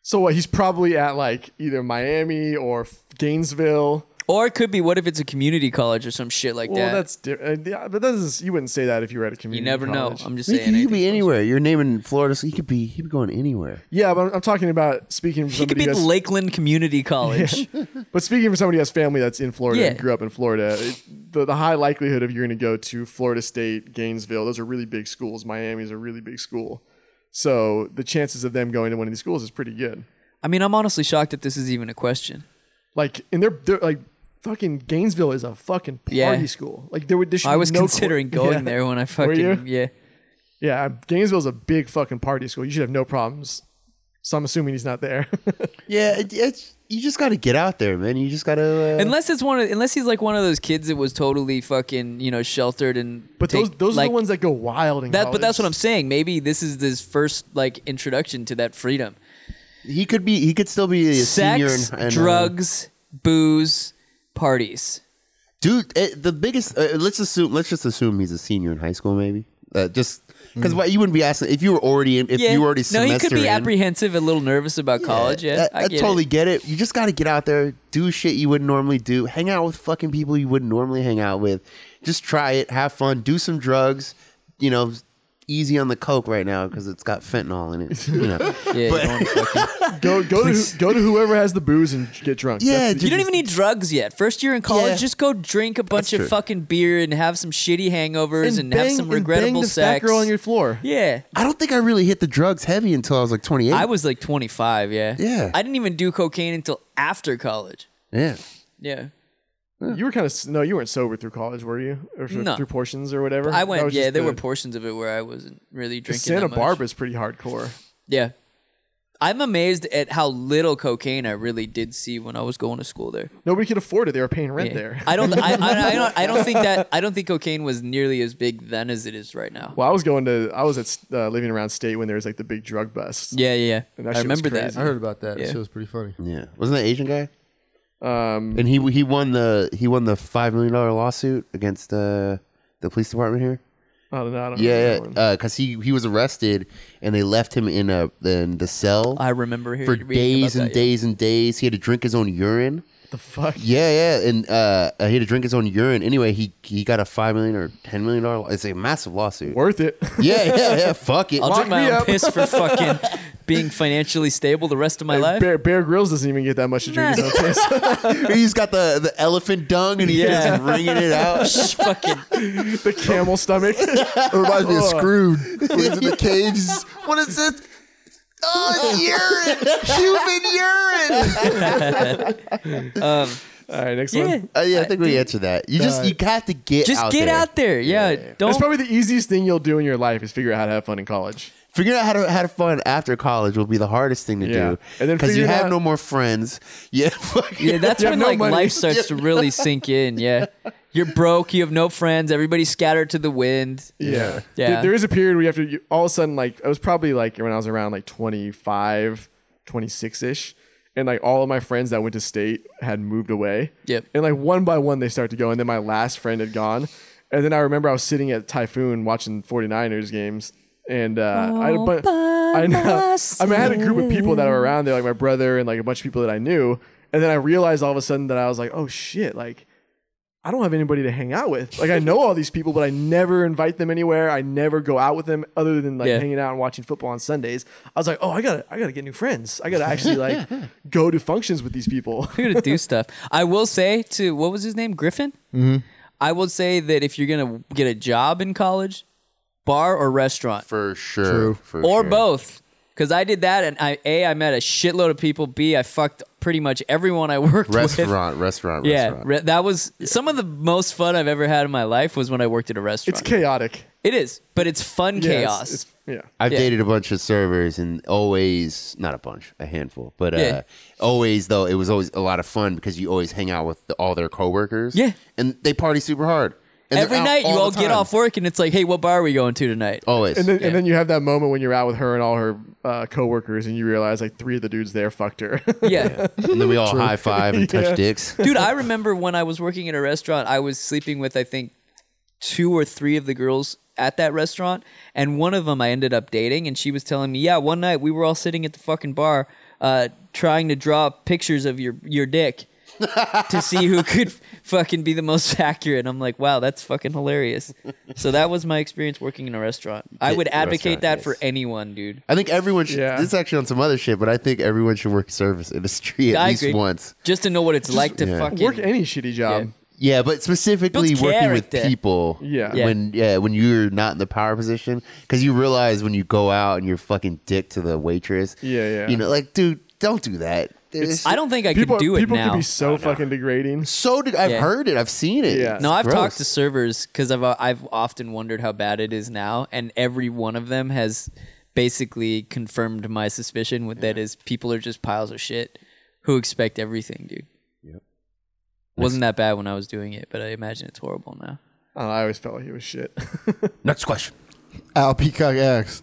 Speaker 3: So what? He's probably at like either Miami or F- Gainesville.
Speaker 1: or it could be what if it's a community college or some shit like
Speaker 3: Well,
Speaker 1: that.
Speaker 3: that's di- uh, yeah, but that is you wouldn't say that if you were at a
Speaker 1: you
Speaker 3: community.
Speaker 1: never
Speaker 3: college.
Speaker 1: know. I'm just
Speaker 2: he
Speaker 1: saying.
Speaker 2: could, he could
Speaker 1: anything.
Speaker 2: be anywhere. Your name in Florida, so he could be he could be going anywhere.
Speaker 3: yeah, but I'm, I'm talking about speaking. For
Speaker 1: He could
Speaker 3: somebody
Speaker 1: be
Speaker 3: who
Speaker 1: at
Speaker 3: has,
Speaker 1: Lakeland Community College.
Speaker 3: But speaking for somebody who has family that's in Florida and
Speaker 1: Yeah.
Speaker 3: grew up in Florida, it, the, the high likelihood of you're going to go to Florida State, Gainesville, those are really big schools. Miami's a really big school. So the chances of them going to one of these schools is pretty good.
Speaker 1: I mean, I'm honestly shocked that this is even a question.
Speaker 3: Like, and they're, they're like, fucking Gainesville is a fucking party
Speaker 1: Yeah.
Speaker 3: school. Like, there would, there should
Speaker 1: I
Speaker 3: be
Speaker 1: was
Speaker 3: no
Speaker 1: considering
Speaker 3: qu-
Speaker 1: going
Speaker 3: Yeah.
Speaker 1: there when I fucking
Speaker 3: you?
Speaker 1: yeah.
Speaker 3: Yeah, Gainesville's a big fucking party school. You should have no problems. So I'm assuming he's not there.
Speaker 2: Yeah, it, it's you just got to get out there, man. You just got to. Uh,
Speaker 1: Unless it's one of unless he's like one of those kids that was totally fucking you know sheltered and
Speaker 3: but those,
Speaker 1: take-
Speaker 3: those are
Speaker 1: like,
Speaker 3: the ones that go wild in
Speaker 1: That, but that's
Speaker 3: college.
Speaker 1: what I'm saying. Maybe this is his first like introduction to that freedom.
Speaker 2: he could be. He could still be a senior.
Speaker 1: Sex,
Speaker 2: in- in, uh,
Speaker 1: drugs, booze, parties.
Speaker 2: dude it, the biggest uh, let's assume let's just assume he's a senior in high school maybe uh, just because what you wouldn't be asking if you were already in if you were already
Speaker 1: Mm. no,
Speaker 2: semester
Speaker 1: he could be
Speaker 2: in,
Speaker 1: apprehensive, a little nervous about college. Yeah,
Speaker 2: that-
Speaker 1: I,
Speaker 2: I
Speaker 1: get
Speaker 2: totally
Speaker 1: it.
Speaker 2: get it you just got to get out there do shit you wouldn't normally do hang out with fucking people you wouldn't normally hang out with just try it have fun do some drugs you know easy on the coke right now because it's got fentanyl in it you know
Speaker 1: Yeah, you, don't,
Speaker 3: Go, go, to, who- go to whoever has the booze and get drunk.
Speaker 2: Yeah,
Speaker 3: That's the
Speaker 2: dude.
Speaker 1: you don't even need drugs yet. First year in college,
Speaker 2: Yeah.
Speaker 1: just go drink a bunch of
Speaker 2: true.
Speaker 1: fucking beer and have some shitty hangovers and, have
Speaker 3: bang-
Speaker 1: some regrettable
Speaker 3: and bang the
Speaker 1: sex.
Speaker 3: Fat girl on your floor.
Speaker 1: yeah,
Speaker 2: i don't think i really hit the drugs heavy until i was like 28
Speaker 1: I was like 25. Yeah,
Speaker 2: Yeah.
Speaker 1: I didn't even do cocaine until after college.
Speaker 2: yeah
Speaker 1: Yeah.
Speaker 3: You were kind of no, you weren't sober through college, were you? Or through,
Speaker 1: No.
Speaker 3: through portions or whatever.
Speaker 1: I
Speaker 3: That
Speaker 1: went.
Speaker 3: was
Speaker 1: Yeah,
Speaker 3: just
Speaker 1: there
Speaker 3: the-
Speaker 1: were portions of it where I wasn't really
Speaker 3: the
Speaker 1: drinking.
Speaker 3: Santa
Speaker 1: that much.
Speaker 3: Barbara's pretty hardcore.
Speaker 1: Yeah, I'm amazed at how little cocaine I really did see when I was going to school there.
Speaker 3: Nobody could afford it. They were paying rent
Speaker 1: Yeah.
Speaker 3: there.
Speaker 1: I don't. I, I, I don't. I don't think that. I don't think cocaine was nearly as big then as it is right now.
Speaker 3: well, I was going to. I was at uh, living around state when there was like the big drug bust.
Speaker 1: Yeah, yeah.
Speaker 3: And
Speaker 1: yeah.
Speaker 3: that
Speaker 1: I
Speaker 3: shit was
Speaker 1: remember that.
Speaker 3: crazy.
Speaker 4: I heard about that.
Speaker 1: Yeah.
Speaker 4: That shit was pretty funny.
Speaker 2: yeah wasn't that asian guy
Speaker 3: Um,
Speaker 2: And he he won the he won the five million dollar lawsuit against uh, the police department here.
Speaker 3: I don't know. I don't
Speaker 2: Yeah,
Speaker 3: remember that one.
Speaker 2: yeah, because he he was arrested and they left him in a in the cell
Speaker 1: I remember hearing
Speaker 2: for
Speaker 1: reading
Speaker 2: days
Speaker 1: about
Speaker 2: and
Speaker 1: that, yeah.
Speaker 2: days and days. He had to drink his own urine.
Speaker 3: the fuck.
Speaker 2: Yeah, yeah, and uh, he had to drink his own urine. Anyway, he he got a five million or ten million dollar. It's a massive lawsuit.
Speaker 3: Worth it.
Speaker 2: Yeah, yeah, yeah. Fuck it.
Speaker 1: I'll drink
Speaker 3: me
Speaker 1: my own
Speaker 3: up.
Speaker 1: piss for fucking being financially stable the rest of my life.
Speaker 3: Bear, Bear Grylls doesn't even get that much to drink his own piss.
Speaker 2: He's got the, the elephant dung and he's
Speaker 1: Yeah.
Speaker 2: just wringing it out.
Speaker 1: fucking
Speaker 3: the camel stomach.
Speaker 4: It reminds me of Screwed. When he's in the cage. he's just-
Speaker 2: What is this? Oh, urine, human urine.
Speaker 1: um,
Speaker 3: All right, next
Speaker 1: yeah.
Speaker 3: one.
Speaker 2: Uh, yeah, I think we answered that. You just you have to get
Speaker 1: Just
Speaker 2: out
Speaker 1: get
Speaker 2: there.
Speaker 1: out there. Yeah.
Speaker 3: That's
Speaker 1: Don't
Speaker 3: probably the easiest thing you'll do in your life is figure out how to have fun in college.
Speaker 2: Figuring out how to how to fun after college will be the hardest thing to
Speaker 3: Yeah.
Speaker 2: do.
Speaker 3: And then
Speaker 2: because you
Speaker 3: figuring
Speaker 2: have
Speaker 3: out-
Speaker 2: no more friends. Yeah, fucking-
Speaker 1: Yeah, that's
Speaker 3: You have
Speaker 1: when
Speaker 3: no
Speaker 1: like
Speaker 3: money.
Speaker 1: life starts to really sink in. Yeah, you're broke. You have no friends. Everybody's scattered to the wind.
Speaker 3: Yeah.
Speaker 1: Yeah.
Speaker 3: There- there is a period where you have to, you, all of a sudden, like, I was probably like when I was around like 25, 26 ish. And like all of my friends that went to state had moved away.
Speaker 1: Yep.
Speaker 3: And like one by one, they start to go. And then my last friend had gone. And then I remember I was sitting at Typhoon watching 49ers games. And uh, I had a bunch. I know. I mean, I had a group of people that were around there, like my brother and like a bunch of people that I knew. And then I realized all of a sudden that I was like, oh shit, like I don't have anybody to hang out with. Like I know all these people, but I never invite them anywhere. I never go out with them other than like
Speaker 1: Yeah.
Speaker 3: hanging out and watching football on Sundays. I was like, oh, I gotta, I gotta get new friends. I gotta actually like go to functions with these people.
Speaker 1: We're gonna do stuff. I will say to what was his name, Griffin. Mm-hmm. I will say that if you're gonna get a job in college, bar or restaurant
Speaker 2: for sure. For
Speaker 1: or
Speaker 2: sure.
Speaker 1: both, because I did that and I a I met a shitload of people. B I fucked pretty much everyone I worked with.
Speaker 2: Restaurant, restaurant,
Speaker 1: Yeah,
Speaker 2: restaurant.
Speaker 1: re- that was some of the most fun I've ever had in my life was when I worked at a restaurant.
Speaker 3: It's chaotic.
Speaker 1: It is, but it's fun
Speaker 3: Yeah, it's-
Speaker 1: chaos.
Speaker 3: it's- yeah.
Speaker 2: I've
Speaker 1: Yeah.
Speaker 2: dated a bunch of servers and always not a bunch, a handful, but uh,
Speaker 1: Yeah.
Speaker 2: always though it was always a lot of fun because you always hang out with the, all their coworkers.
Speaker 1: Yeah.
Speaker 2: and they party super hard. And they're
Speaker 1: Every
Speaker 2: out
Speaker 1: night you
Speaker 2: the
Speaker 1: all get
Speaker 2: time. Oh,
Speaker 1: off work and it's like, hey, what bar are we going to tonight?
Speaker 2: Always.
Speaker 3: And then,
Speaker 1: Yeah.
Speaker 3: and then you have that moment when you're out with her and all her uh, coworkers, and you realize like three of the dudes there fucked her.
Speaker 1: Yeah.
Speaker 2: And then we all high five and touch
Speaker 3: Yeah.
Speaker 2: dicks.
Speaker 1: Dude, I remember when I was working at a restaurant, I was sleeping with, I think, two or three of the girls at that restaurant. And one of them I ended up dating. And she was telling me, yeah, one night we were all sitting at the fucking bar uh, trying to draw pictures of your, your dick. to see who could fucking be the most accurate. And I'm like, wow, that's fucking hilarious. So that was my experience working in a restaurant. I would advocate
Speaker 2: Restaurant,
Speaker 1: that
Speaker 2: yes.
Speaker 1: for anyone, dude.
Speaker 2: I think everyone should.
Speaker 3: Yeah.
Speaker 2: This is actually on some other shit, but I think everyone should work service industry at
Speaker 1: I
Speaker 2: least
Speaker 1: agree.
Speaker 2: once.
Speaker 1: Just to know what it's like to
Speaker 2: yeah.
Speaker 1: fucking
Speaker 3: Work any shitty job.
Speaker 1: Yeah.
Speaker 2: Yeah, but specifically
Speaker 1: Builds
Speaker 2: working with
Speaker 1: character.
Speaker 2: people.
Speaker 3: Yeah.
Speaker 1: Yeah.
Speaker 2: When yeah, when you're not in the power position, because you realize when you go out and you're fucking dick to the waitress.
Speaker 3: Yeah, yeah.
Speaker 2: You know, like, dude, don't do that. It's
Speaker 1: I don't think I
Speaker 3: People,
Speaker 1: could do it
Speaker 3: people
Speaker 1: now.
Speaker 3: can be so fucking degrading.
Speaker 2: so. De- I've
Speaker 1: Yeah.
Speaker 2: heard it. I've seen it.
Speaker 3: Yeah.
Speaker 2: It's
Speaker 1: no, I've
Speaker 2: gross.
Speaker 1: talked to servers because I've uh, I've often wondered how bad it is now, and every one of them has basically confirmed my suspicion. With that is people are just piles of shit who expect everything, dude. Yep. Wasn't that bad when I was doing it, but I imagine it's horrible now.
Speaker 3: I, don't know, Uh, I always felt like he was shit.
Speaker 2: Next question.
Speaker 4: Al Peacock asks.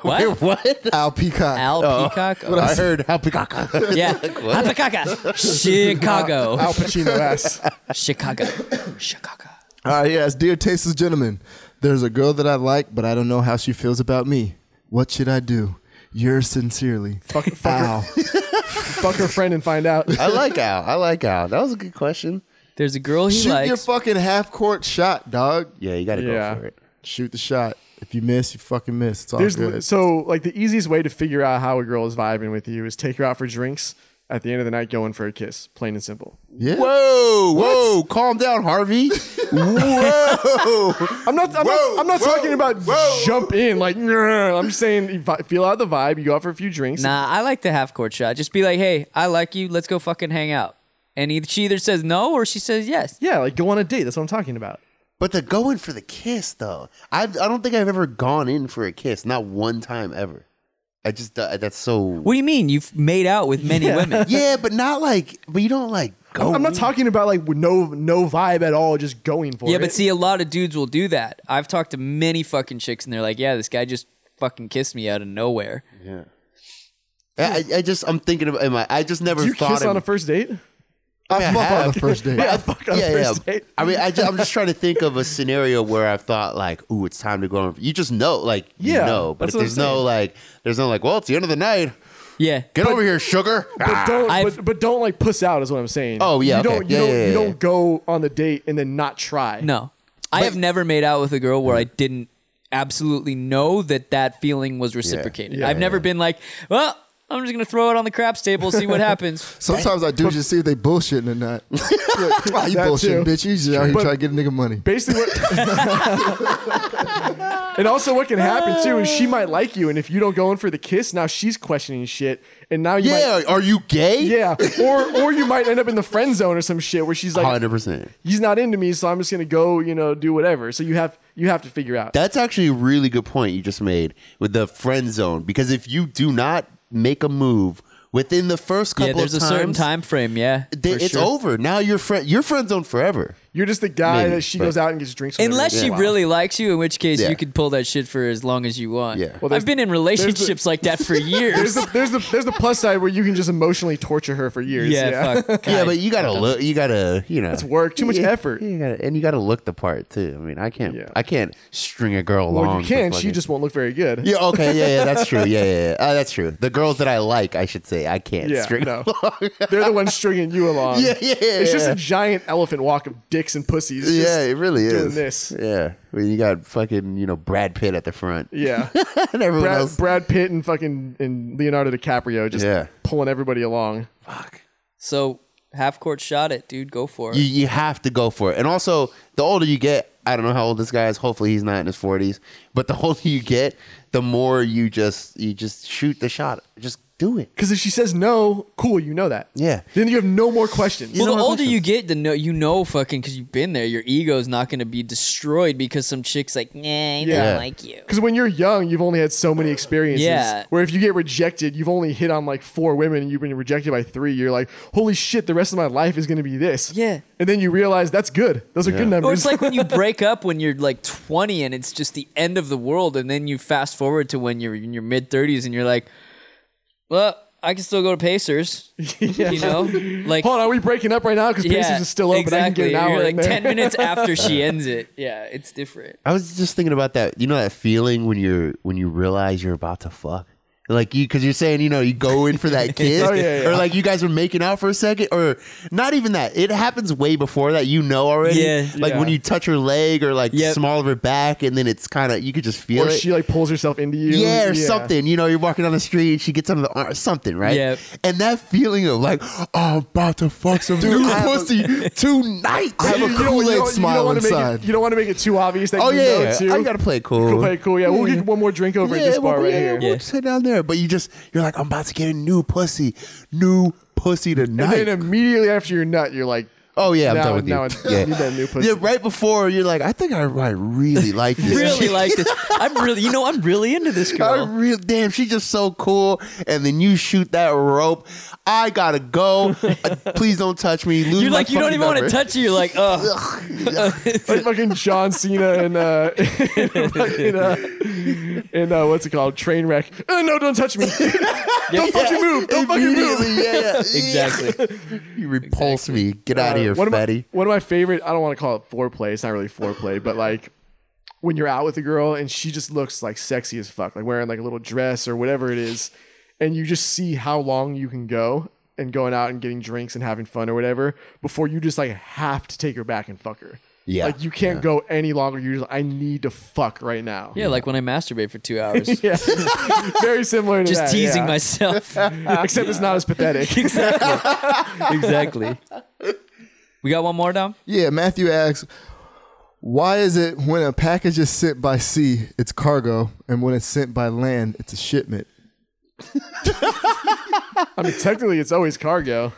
Speaker 1: What?
Speaker 2: What?
Speaker 4: Al Peacock.
Speaker 1: Al Peacock? Oh,
Speaker 2: I heard how peacock.
Speaker 1: yeah. Al Peacock. Chicago.
Speaker 3: Al Pacino ass.
Speaker 1: Chicago. Chicago.
Speaker 4: All right, Uh, yes. Dear Tasteless Gentlemen, there's a girl that I like, but I don't know how she feels about me. What should I do? Yours sincerely.
Speaker 3: Fuck, fuck, her,
Speaker 4: Al.
Speaker 3: fuck her friend and find out.
Speaker 2: I like Al. I like Al. That was a good question.
Speaker 1: There's a girl he
Speaker 4: Shoot your
Speaker 1: likes.
Speaker 4: fucking half court shot, dog.
Speaker 2: Yeah, you got to
Speaker 3: Yeah.
Speaker 2: go for it.
Speaker 4: Shoot the shot. If you miss, you fucking miss. It's all
Speaker 3: There's
Speaker 4: good.
Speaker 3: so like the easiest way to figure out how a girl is vibing with you is take her out for drinks. At the end of the night, go in for a kiss. Plain and simple.
Speaker 4: yeah.
Speaker 2: Whoa, whoa, calm down, Harvey. whoa.
Speaker 3: I'm not. I'm
Speaker 2: Whoa,
Speaker 3: not, I'm not
Speaker 2: whoa,
Speaker 3: talking about
Speaker 2: whoa.
Speaker 3: jump in like. "Grr." I'm just saying you vi- feel out the vibe. You go out for a few drinks.
Speaker 1: Nah, I like the half court shot. Just be like, hey, I like you. Let's go fucking hang out. And he, she either says no or she says yes.
Speaker 3: Yeah, like go on a date. That's what I'm talking about.
Speaker 2: But the going for the kiss though, I I don't think I've ever gone in for a kiss, not one time ever. I just that's so
Speaker 1: What do you mean? You've made out with many women.
Speaker 2: yeah, but not like, but you don't like
Speaker 1: Oh,
Speaker 2: go.
Speaker 3: I'm not talking about like with no no vibe at all. Just going for it.
Speaker 1: yeah, but see, a lot of dudes will do that. I've talked to many fucking chicks and they're like, yeah, this guy just fucking kissed me out of nowhere.
Speaker 2: Yeah. I, I- I just I'm thinking of am I? I just never
Speaker 3: Do you
Speaker 2: thought
Speaker 3: kiss on a
Speaker 2: of-
Speaker 3: first date?
Speaker 2: I mean, I
Speaker 4: I fuck on
Speaker 2: have.
Speaker 4: the first date.
Speaker 3: Yeah, I fucked on
Speaker 2: yeah,
Speaker 3: a first
Speaker 2: yeah.
Speaker 3: date.
Speaker 2: I mean, I am just trying to think of a scenario where I've thought like, "Ooh, it's time to go." on. You just know, like, you
Speaker 3: Yeah,
Speaker 2: know. But if
Speaker 3: that's what I'm
Speaker 2: there's no
Speaker 3: saying.
Speaker 2: like, there's no like, well, it's the end of the night.
Speaker 1: Yeah.
Speaker 2: Get over here, sugar.
Speaker 3: But don't,
Speaker 1: I've-
Speaker 3: but, but don't like puss out is what I'm saying.
Speaker 2: Ah. Oh, yeah,
Speaker 3: you don't,
Speaker 2: okay.
Speaker 3: you
Speaker 2: Yeah,
Speaker 3: don't,
Speaker 2: yeah, yeah,
Speaker 3: you
Speaker 2: yeah.
Speaker 3: don't go on the date and then not try.
Speaker 1: No. I have never made out with a girl where I didn't absolutely know that that feeling was reciprocated.
Speaker 3: Yeah,
Speaker 1: I've
Speaker 3: yeah.
Speaker 1: never been like, well, I'm just going to throw it on the craps table, see what happens.
Speaker 4: Sometimes I do just see if they bullshitting or not. Like, "Ah, you
Speaker 3: That
Speaker 4: bullshitting,
Speaker 3: too.
Speaker 4: bitch. You just out here
Speaker 3: But-
Speaker 4: trying to get a nigga money.
Speaker 3: Basically, what, and also what can happen too is she might like you, and if you don't go in for the kiss, now she's questioning shit, and now you
Speaker 2: yeah,
Speaker 3: might,
Speaker 2: are you gay?
Speaker 3: yeah, or or you might end up in the friend zone or some shit where she's like,
Speaker 2: hundred percent.
Speaker 3: he's not into me, so I'm just gonna go, you know, do whatever. So you have you have to figure out.
Speaker 2: That's actually a really good point you just made with the friend zone because if you do not make a move within the first couple
Speaker 1: yeah, there's
Speaker 2: of
Speaker 1: a certain
Speaker 2: times,
Speaker 1: time frame. Yeah,
Speaker 2: th-
Speaker 1: for
Speaker 2: it's
Speaker 1: sure.
Speaker 2: over. Now you're friend you're friend zone forever.
Speaker 3: You're just the guy
Speaker 2: Maybe,
Speaker 3: that she
Speaker 2: but-
Speaker 3: goes out and gets drinks with. every
Speaker 1: Unless
Speaker 3: once
Speaker 1: she
Speaker 3: in a while.
Speaker 1: really likes you, in which case
Speaker 2: Yeah.
Speaker 1: you could pull that shit for as long as you want.
Speaker 2: Yeah. Well,
Speaker 1: I've been in relationships like that for
Speaker 3: There's
Speaker 1: years.
Speaker 3: the, there's the there's the plus side where you can just emotionally torture her for years.
Speaker 1: yeah,
Speaker 3: Yeah,
Speaker 1: fuck.
Speaker 2: Yeah, but you gotta look. You gotta you know. It's
Speaker 3: work, too much effort.
Speaker 2: You gotta, and you gotta look the part too. I mean, I can't
Speaker 3: Yeah.
Speaker 2: I can't string a girl along.
Speaker 3: well, you
Speaker 2: for
Speaker 3: can. She
Speaker 2: fucking-
Speaker 3: just won't look very good.
Speaker 2: Yeah. Okay. Yeah. Yeah. That's true. Yeah. Yeah. yeah. Uh, that's true. The girls that I like, I should say, I can't
Speaker 3: Yeah,
Speaker 2: string
Speaker 3: no.
Speaker 2: along.
Speaker 3: They're the ones stringing you along.
Speaker 2: Yeah, yeah, yeah,
Speaker 3: It's just
Speaker 2: yeah.
Speaker 3: a giant elephant walk of dicks and pussies. just-
Speaker 2: yeah, it really is.
Speaker 3: doing this.
Speaker 2: Yeah, well, you got fucking you know Brad Pitt at the front,
Speaker 3: yeah.
Speaker 2: and everyone
Speaker 3: Brad,
Speaker 2: else.
Speaker 3: Brad Pitt and fucking and Leonardo DiCaprio just
Speaker 2: Yeah.
Speaker 3: pulling everybody along.
Speaker 2: Fuck.
Speaker 1: so half court shot it, dude. Go for it.
Speaker 2: You you have to go for it. And also, the older you get, I don't know how old this guy is. Hopefully, he's not in his forties. But the older you get, the more you just you just shoot the shot. Just do it.
Speaker 3: Because if she says no, cool, you know that.
Speaker 2: Yeah.
Speaker 3: Then you have no more questions.
Speaker 1: well,
Speaker 2: don't
Speaker 1: the
Speaker 2: have
Speaker 1: older you get, the no, you know, fucking, because you've been there. Your ego's not going to be destroyed because some chick's like, nah, I
Speaker 3: Yeah.
Speaker 1: don't like you.
Speaker 3: Because when you're young, you've only had so many experiences.
Speaker 1: Yeah.
Speaker 3: Where if you get rejected, you've only hit on like four women and you've been rejected by three. You're like, holy shit, the rest of my life is going to be this.
Speaker 1: Yeah.
Speaker 3: And then you realize that's good. Those are good numbers.
Speaker 1: Or it's like when you break up when you're like 20 and it's just the end of the world, and then you fast forward to when you're in your mid 30s and you're like, well, I can still go to Pacers. You know, like
Speaker 3: Hold on, are we breaking up right now? Because
Speaker 1: yeah,
Speaker 3: Pacers is still open. I can get
Speaker 1: exactly.
Speaker 3: an hour
Speaker 1: You're like
Speaker 3: in there.
Speaker 1: 10 minutes after she ends it. Yeah, it's different.
Speaker 2: I was just thinking about that. You know that feeling when you're when you realize you're about to fuck. Like you, because you're saying you know you go in for that kiss,
Speaker 3: Oh, yeah, yeah.
Speaker 2: or like you guys were making out for a second, or not even that. It happens way before that. You know already.
Speaker 1: Yeah.
Speaker 2: like
Speaker 3: Yeah.
Speaker 2: when you touch her leg or like
Speaker 1: Yep.
Speaker 2: small of her back, and then it's kind of you could just feel
Speaker 3: Or
Speaker 2: it.
Speaker 3: she like pulls herself into you.
Speaker 2: yeah, or something. You know, you're walking down the street, and she gets under the arm, something, right?
Speaker 1: Yep.
Speaker 2: And that feeling of like, oh, I'm about to fuck some
Speaker 4: Dude,
Speaker 2: new
Speaker 4: I have a-
Speaker 2: pussy tonight.
Speaker 4: I have a
Speaker 3: You don't-
Speaker 4: Kool-Aid
Speaker 3: you don't- you don't
Speaker 4: smile
Speaker 3: wanna make it-
Speaker 4: inside.
Speaker 3: you don't want to make it too obvious that
Speaker 2: oh
Speaker 3: you
Speaker 2: yeah,
Speaker 3: know too.
Speaker 2: yeah. I gotta play cool.
Speaker 3: Cool, play it cool. Yeah, we'll get one more drink over at this
Speaker 2: well,
Speaker 3: bar right
Speaker 2: yeah,
Speaker 3: here.
Speaker 2: We'll sit down there. But you just you're like, I'm about to get a new pussy, new pussy
Speaker 3: And
Speaker 2: tonight.
Speaker 3: then immediately after you're nut, you're like,
Speaker 2: oh yeah, I'm
Speaker 3: now-
Speaker 2: done with
Speaker 3: now
Speaker 2: you.
Speaker 3: I need that new pussy.
Speaker 2: Yeah, right before you're like, I think I, I really like this.
Speaker 1: Really
Speaker 2: chick.
Speaker 1: like this. I'm really, you know, I'm really into this
Speaker 2: I
Speaker 1: girl.
Speaker 2: real damn, she's just so cool. And then you shoot that rope. I gotta go. Uh, Please don't touch me. Lose
Speaker 1: You're
Speaker 2: my
Speaker 1: like, you don't
Speaker 2: fucking
Speaker 1: even want to
Speaker 2: number.
Speaker 1: touch you. You're like, ugh.
Speaker 3: like fucking John Cena and uh, and, fucking, uh, and uh, what's it called? Trainwreck. Uh, no, don't touch me. don't fucking move. Don't fucking move.
Speaker 2: Immediately, yeah, yeah.
Speaker 1: Exactly.
Speaker 2: You repulse me. Get out of here,
Speaker 3: Uh, one of my-
Speaker 2: fatty.
Speaker 3: one of my favorite. I don't want to call it foreplay. It's not really foreplay, but like when you're out with a girl and she just looks like sexy as fuck, like wearing like a little dress or whatever it is, and you just see how long you can go and going out and getting drinks and having fun or whatever before you just like have to take her back and fuck her.
Speaker 2: Yeah,
Speaker 3: like you can't go any longer. You're just I need to fuck right now.
Speaker 1: Yeah, like when I masturbate for two hours.
Speaker 3: Yeah. Very similar to
Speaker 1: Just
Speaker 3: that,
Speaker 1: teasing
Speaker 3: yeah.
Speaker 1: myself.
Speaker 3: Except it's not as pathetic.
Speaker 1: exactly. We got one more, Dom?
Speaker 4: Yeah, Matthew asks, why is it when a package is sent by sea, it's cargo, and when it's sent by land, it's a shipment?
Speaker 3: I mean, technically, it's always cargo.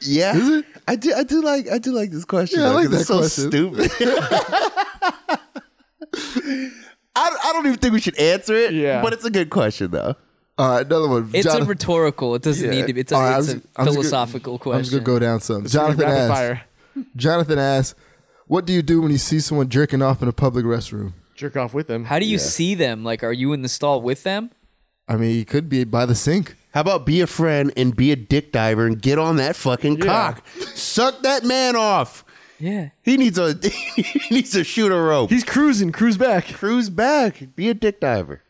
Speaker 2: Yeah, I do. I do like. I do like this question.
Speaker 4: Yeah, I
Speaker 2: though,
Speaker 4: like
Speaker 2: 'cause
Speaker 4: that
Speaker 2: it's So stupid. I, I don't even think we should answer it.
Speaker 3: Yeah.
Speaker 2: but it's a good question though.
Speaker 4: All right, another one.
Speaker 1: It's
Speaker 4: Jonathan-
Speaker 1: a rhetorical. It doesn't
Speaker 2: Yeah.
Speaker 1: need to be. It's a,
Speaker 4: All right,
Speaker 1: it's a
Speaker 4: I'm just- I'm just gonna-
Speaker 1: philosophical
Speaker 4: I'm just
Speaker 1: question.
Speaker 4: gonna go down some.
Speaker 3: Rapid
Speaker 4: Jonathan asks.
Speaker 3: fire.
Speaker 4: Jonathan asks, "What do you do when you see someone jerking off in a public restroom?"
Speaker 3: Jerk off with them.
Speaker 1: How do you see them? Like, are you in the stall with them?
Speaker 4: I mean, you could be by the sink.
Speaker 2: How about be a friend and be a dick diver and get on that fucking
Speaker 3: Yeah.
Speaker 2: cock, suck that man off.
Speaker 1: Yeah.
Speaker 2: He needs a he needs to shoot a rope.
Speaker 3: He's cruising. Cruise back.
Speaker 2: cruise back. Be a dick diver.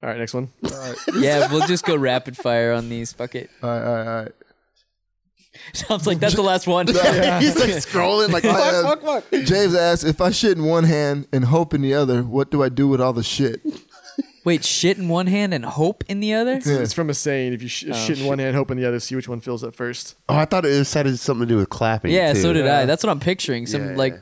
Speaker 3: All right, next one.
Speaker 1: Yeah, we'll just go rapid fire on these. Fuck it.
Speaker 4: All right, all right, all right.
Speaker 1: Sounds like that's the last one.
Speaker 2: He's like scrolling like fuck, fuck, fuck.
Speaker 4: Uh, James asks, "If I shit in one hand and hope in the other, what do I do with all the shit?"
Speaker 1: Wait, shit in one hand and hope in the other?
Speaker 3: It's from a saying: if you sh- Oh, shit in one hand, hope in the other, see which one fills up first.
Speaker 2: Oh, I thought it was had something to do with clapping.
Speaker 1: Yeah, so
Speaker 2: too.
Speaker 1: did I. That's what I'm picturing. Some
Speaker 2: Yeah,
Speaker 1: like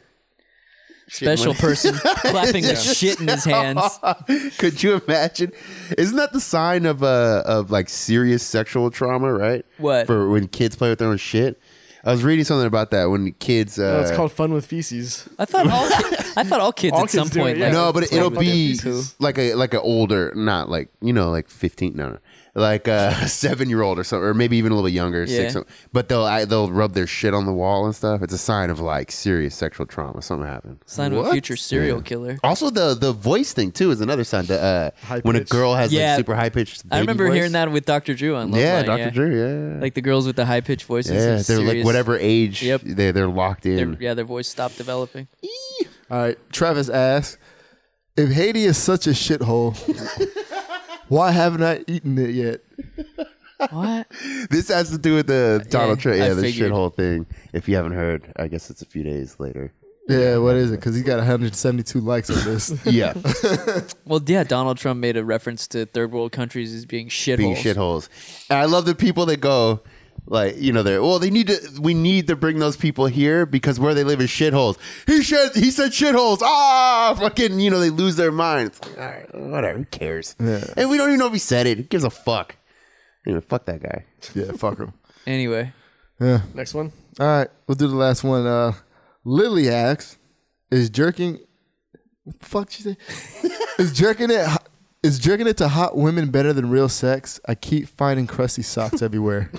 Speaker 2: Shit
Speaker 1: special
Speaker 2: went-
Speaker 1: person clapping with shit in his hands.
Speaker 2: Could you imagine? Isn't that the sign of uh of like serious sexual trauma, right?
Speaker 1: What?
Speaker 2: for when kids play with their own shit? I was reading something about that when kids. Uh,
Speaker 3: No, it's called fun with feces.
Speaker 1: I thought all ki- I thought all kids
Speaker 3: All
Speaker 1: at some
Speaker 3: kids do it,
Speaker 1: point.
Speaker 3: yeah.
Speaker 1: Like,
Speaker 2: no, but it, will
Speaker 3: like
Speaker 2: be
Speaker 3: fucking pieces.
Speaker 2: like a like an older, not like you know, like fifteen, no, no, like a seven year old or something, or maybe even a little bit younger,
Speaker 1: Yeah.
Speaker 2: six. something. But they'll I, they'll rub their shit on the wall and stuff. It's a sign of like serious sexual trauma. Something happened.
Speaker 1: sign of a
Speaker 2: What?
Speaker 1: future serial killer.
Speaker 2: Also, the the voice thing too is another sign. The uh,
Speaker 3: High
Speaker 2: when a
Speaker 3: pitch.
Speaker 2: girl has
Speaker 1: Yeah.
Speaker 2: like super high pitched.
Speaker 1: I remember hearing that with Dr. Drew on Love
Speaker 2: Yeah,
Speaker 1: Line,
Speaker 2: Dr. Drew. Yeah,
Speaker 1: Like the girls with the high pitched voices.
Speaker 2: yeah,
Speaker 1: are
Speaker 2: they're like
Speaker 1: serious-
Speaker 2: whatever age
Speaker 1: Yep.
Speaker 2: they they're locked
Speaker 1: their-
Speaker 2: in.
Speaker 1: yeah, their voice stopped developing.
Speaker 4: All right, Travis asks, if Haiti is such a shithole, why haven't I eaten it yet?
Speaker 1: What?
Speaker 2: This has to do with the Donald
Speaker 1: Yeah,
Speaker 2: Trump,
Speaker 1: I
Speaker 2: yeah, the
Speaker 1: figured.
Speaker 2: shithole thing. If you haven't heard, I guess it's a few days later.
Speaker 4: Yeah, what is it? Because he got 172 likes on this.
Speaker 2: Yeah,
Speaker 1: Well, yeah, Donald Trump made a reference to third world countries as being shitholes.
Speaker 2: being shitholes. And I love the people that go, like, you know, they're well, they need to. We need to bring those people here because where they live is shitholes. He said, he said shitholes. Ah, fucking, you know, they lose their minds. It's like, all right, whatever. Who cares? And we don't even know if he said it. Who gives a fuck? Anyway, fuck that guy.
Speaker 4: yeah, fuck him.
Speaker 1: Anyway,
Speaker 3: Next one.
Speaker 4: All right, we'll do the last one. Uh, Lily asks, "Is jerking? What the fuck she say? is jerking it? ho- Is jerking it to hot women better than real sex? I keep finding crusty socks everywhere."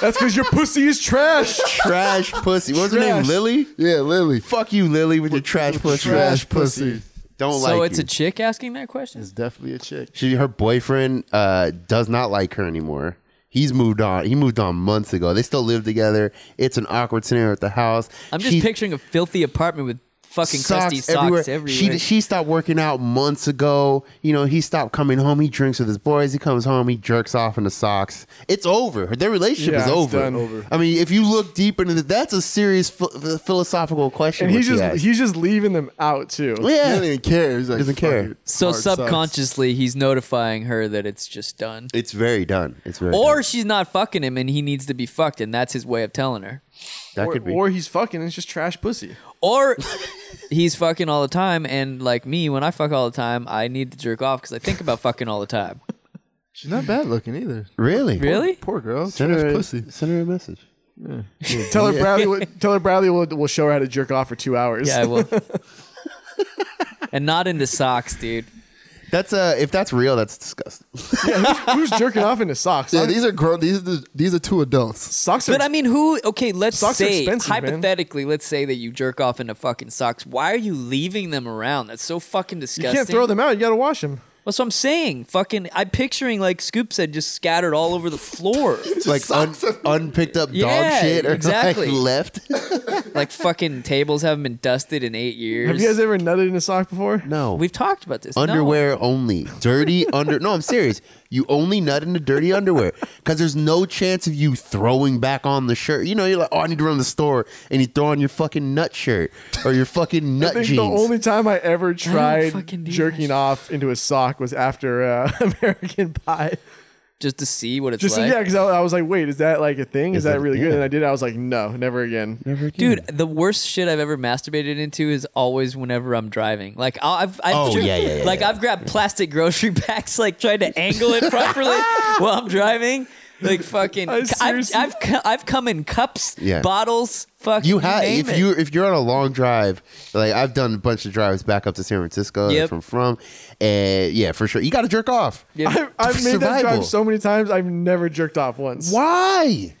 Speaker 3: That's because your pussy is trash.
Speaker 2: Trash pussy. What's her name?
Speaker 4: Trash.
Speaker 2: Lily.
Speaker 4: yeah, Lily. f-
Speaker 2: Fuck you, Lily, with your trash pussy.
Speaker 4: Trash pussy.
Speaker 2: Don't like
Speaker 1: so it's
Speaker 2: you.
Speaker 1: a chick asking that question.
Speaker 4: It's definitely a chick.
Speaker 2: She, her boyfriend uh, does not like her anymore. He's moved on. He moved on months ago. They still live together. It's an awkward scenario at the house.
Speaker 1: I'm just
Speaker 2: She-
Speaker 1: picturing a filthy apartment with fucking crusty socks everywhere.
Speaker 2: everywhere. She she stopped working out months ago. You know, he stopped coming home. He drinks with his boys. He comes home. He jerks off in the socks. It's over. Their relationship
Speaker 3: Yeah,
Speaker 2: is
Speaker 3: it's
Speaker 2: over.
Speaker 3: done. Over.
Speaker 2: I mean, if you look deep into that, that's a serious ph- philosophical question.
Speaker 3: and he's
Speaker 2: what she
Speaker 3: just
Speaker 2: asked.
Speaker 3: he's just leaving them out too.
Speaker 4: He
Speaker 2: yeah.
Speaker 4: doesn't even care. He's like,
Speaker 2: Doesn't
Speaker 4: "Fuck
Speaker 2: care."
Speaker 4: it,
Speaker 1: so
Speaker 4: hard socks."
Speaker 1: subconsciously, he's notifying her that it's just done.
Speaker 2: It's very done. It's very
Speaker 1: Or
Speaker 2: done.
Speaker 1: she's not fucking him and he needs to be fucked, and that's his way of telling her.
Speaker 2: that
Speaker 3: Or,
Speaker 2: could be.
Speaker 3: or he's fucking and it's just trash pussy.
Speaker 1: Or he's fucking all the time, and like me, when I fuck all the time, I need to jerk off because I think about fucking all the time.
Speaker 4: She's not bad looking either.
Speaker 2: really,
Speaker 1: Really?
Speaker 4: Poor girl.
Speaker 2: Send her,
Speaker 4: Trash
Speaker 2: a-
Speaker 4: pussy.
Speaker 2: send her a message.
Speaker 3: Tell her Bradley. will- Tell her Bradley will, will show her how to jerk off for two hours.
Speaker 1: Yeah, I will. and not into socks, dude.
Speaker 2: That's uh, if that's real, that's disgusting.
Speaker 3: Who's jerking off into socks?
Speaker 4: Yeah, these are grown. These are the, these are two adults.
Speaker 3: socks are
Speaker 1: But I mean, who? Okay, let's
Speaker 3: Socks are
Speaker 1: say
Speaker 3: expensive, man.
Speaker 1: hypothetically, let's say that you jerk off into fucking socks. Why are you leaving them around? That's so fucking
Speaker 3: you
Speaker 1: disgusting.
Speaker 3: can't throw them out. You gotta wash them.
Speaker 1: That's what I'm saying. Fucking, I'm picturing like Scoop said, just scattered all over the floor,
Speaker 2: like un- unpicked up dog
Speaker 1: Yeah,
Speaker 2: shit or
Speaker 1: exactly.
Speaker 2: like left.
Speaker 1: like fucking tables haven't been dusted in eight years.
Speaker 3: Have you guys ever nutted in a sock before?
Speaker 2: No,
Speaker 1: We've talked about this. No.
Speaker 2: underwear only, dirty under. No, I'm serious. You only nut into dirty underwear because there's no chance of you throwing back on the shirt. You know, you're like, oh, I need to run to the store, and you throw on your fucking nut shirt or your fucking
Speaker 3: I
Speaker 2: nut
Speaker 3: think
Speaker 2: jeans.
Speaker 3: the only time I ever tried
Speaker 1: fucking do that
Speaker 3: jerking
Speaker 1: shit.
Speaker 3: off into a sock was after uh, American Pie.
Speaker 1: just to see what it's
Speaker 3: Just
Speaker 1: like.
Speaker 3: yeah, because I, I was like, wait, is that like a thing? Is,
Speaker 2: Is
Speaker 3: that
Speaker 2: it-
Speaker 3: really good?
Speaker 2: yeah.
Speaker 3: And I did. it. I was like, no, never again. Never again.
Speaker 1: Dude, the worst shit I've ever masturbated into is always whenever I'm driving. Like I'll- I've, I've
Speaker 2: Oh,
Speaker 1: dri-
Speaker 2: yeah, yeah, yeah,
Speaker 1: like
Speaker 2: yeah.
Speaker 1: I've grabbed plastic grocery bags, like trying to angle it properly while I'm driving. Like fucking,
Speaker 3: I
Speaker 1: I've,
Speaker 3: seriously-
Speaker 1: I've cu- I've come in cups,
Speaker 2: Yeah.
Speaker 1: bottles, fucking.
Speaker 2: You have
Speaker 1: name
Speaker 2: if
Speaker 1: it.
Speaker 2: you if you're on a long drive, like I've done a bunch of drives back up to San Francisco.
Speaker 1: Yep.
Speaker 2: That's where I'm from, and yeah, for sure, you got to jerk off.
Speaker 1: Yeah.
Speaker 3: I've, I've made that
Speaker 2: Survival.
Speaker 3: drive so many times. I've never jerked off once.
Speaker 2: Why?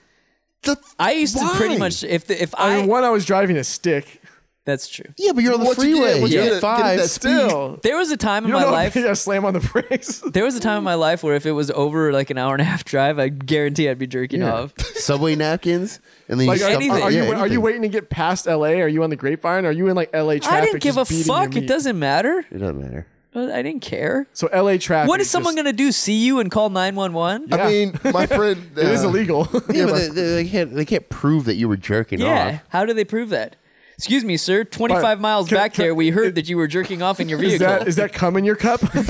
Speaker 2: The,
Speaker 1: I used to pretty
Speaker 2: why?
Speaker 1: much if the, if
Speaker 3: I
Speaker 1: I,
Speaker 3: mean, one, I was driving a stick.
Speaker 1: that's true.
Speaker 2: Yeah, but you're on the
Speaker 4: What you did,
Speaker 2: freeway.
Speaker 4: what you
Speaker 2: you're
Speaker 4: did,
Speaker 2: at
Speaker 4: did it
Speaker 2: five.
Speaker 4: that
Speaker 3: Still,
Speaker 1: There was a time in
Speaker 3: you don't
Speaker 1: my
Speaker 3: know
Speaker 1: life.
Speaker 3: if I slam on the brakes.
Speaker 1: There was a time in my life where if it was over like an hour and a half drive, I guarantee I'd be jerking off.
Speaker 2: Subway napkins, and then
Speaker 3: Like,
Speaker 2: you
Speaker 3: are,
Speaker 2: stuff
Speaker 1: anything.
Speaker 3: are,
Speaker 2: it-
Speaker 3: are
Speaker 2: yeah,
Speaker 3: you, are you
Speaker 2: anything.
Speaker 3: waiting to get past LA? Are you on the grapevine? Are you in like LA traffic?
Speaker 1: I didn't give a
Speaker 3: just beating your
Speaker 1: fuck. It
Speaker 3: meat?
Speaker 1: doesn't matter.
Speaker 2: It doesn't matter.
Speaker 1: I didn't care.
Speaker 3: So LA traffic.
Speaker 1: What is someone
Speaker 3: just-
Speaker 1: going to do? See you and call 911?
Speaker 2: Oh
Speaker 4: I mean, my friend.
Speaker 3: It is
Speaker 4: uh,
Speaker 3: illegal.
Speaker 2: Yeah, but they, they- they can't. They can't prove that you were jerking
Speaker 1: Yeah.
Speaker 2: off.
Speaker 1: How do they prove that? Excuse me, sir. 25
Speaker 3: Alright,
Speaker 1: miles
Speaker 3: can-
Speaker 1: back
Speaker 3: can-
Speaker 1: there, we heard that you were jerking off in your vehicle.
Speaker 3: Is that is that cum in your cup?
Speaker 2: I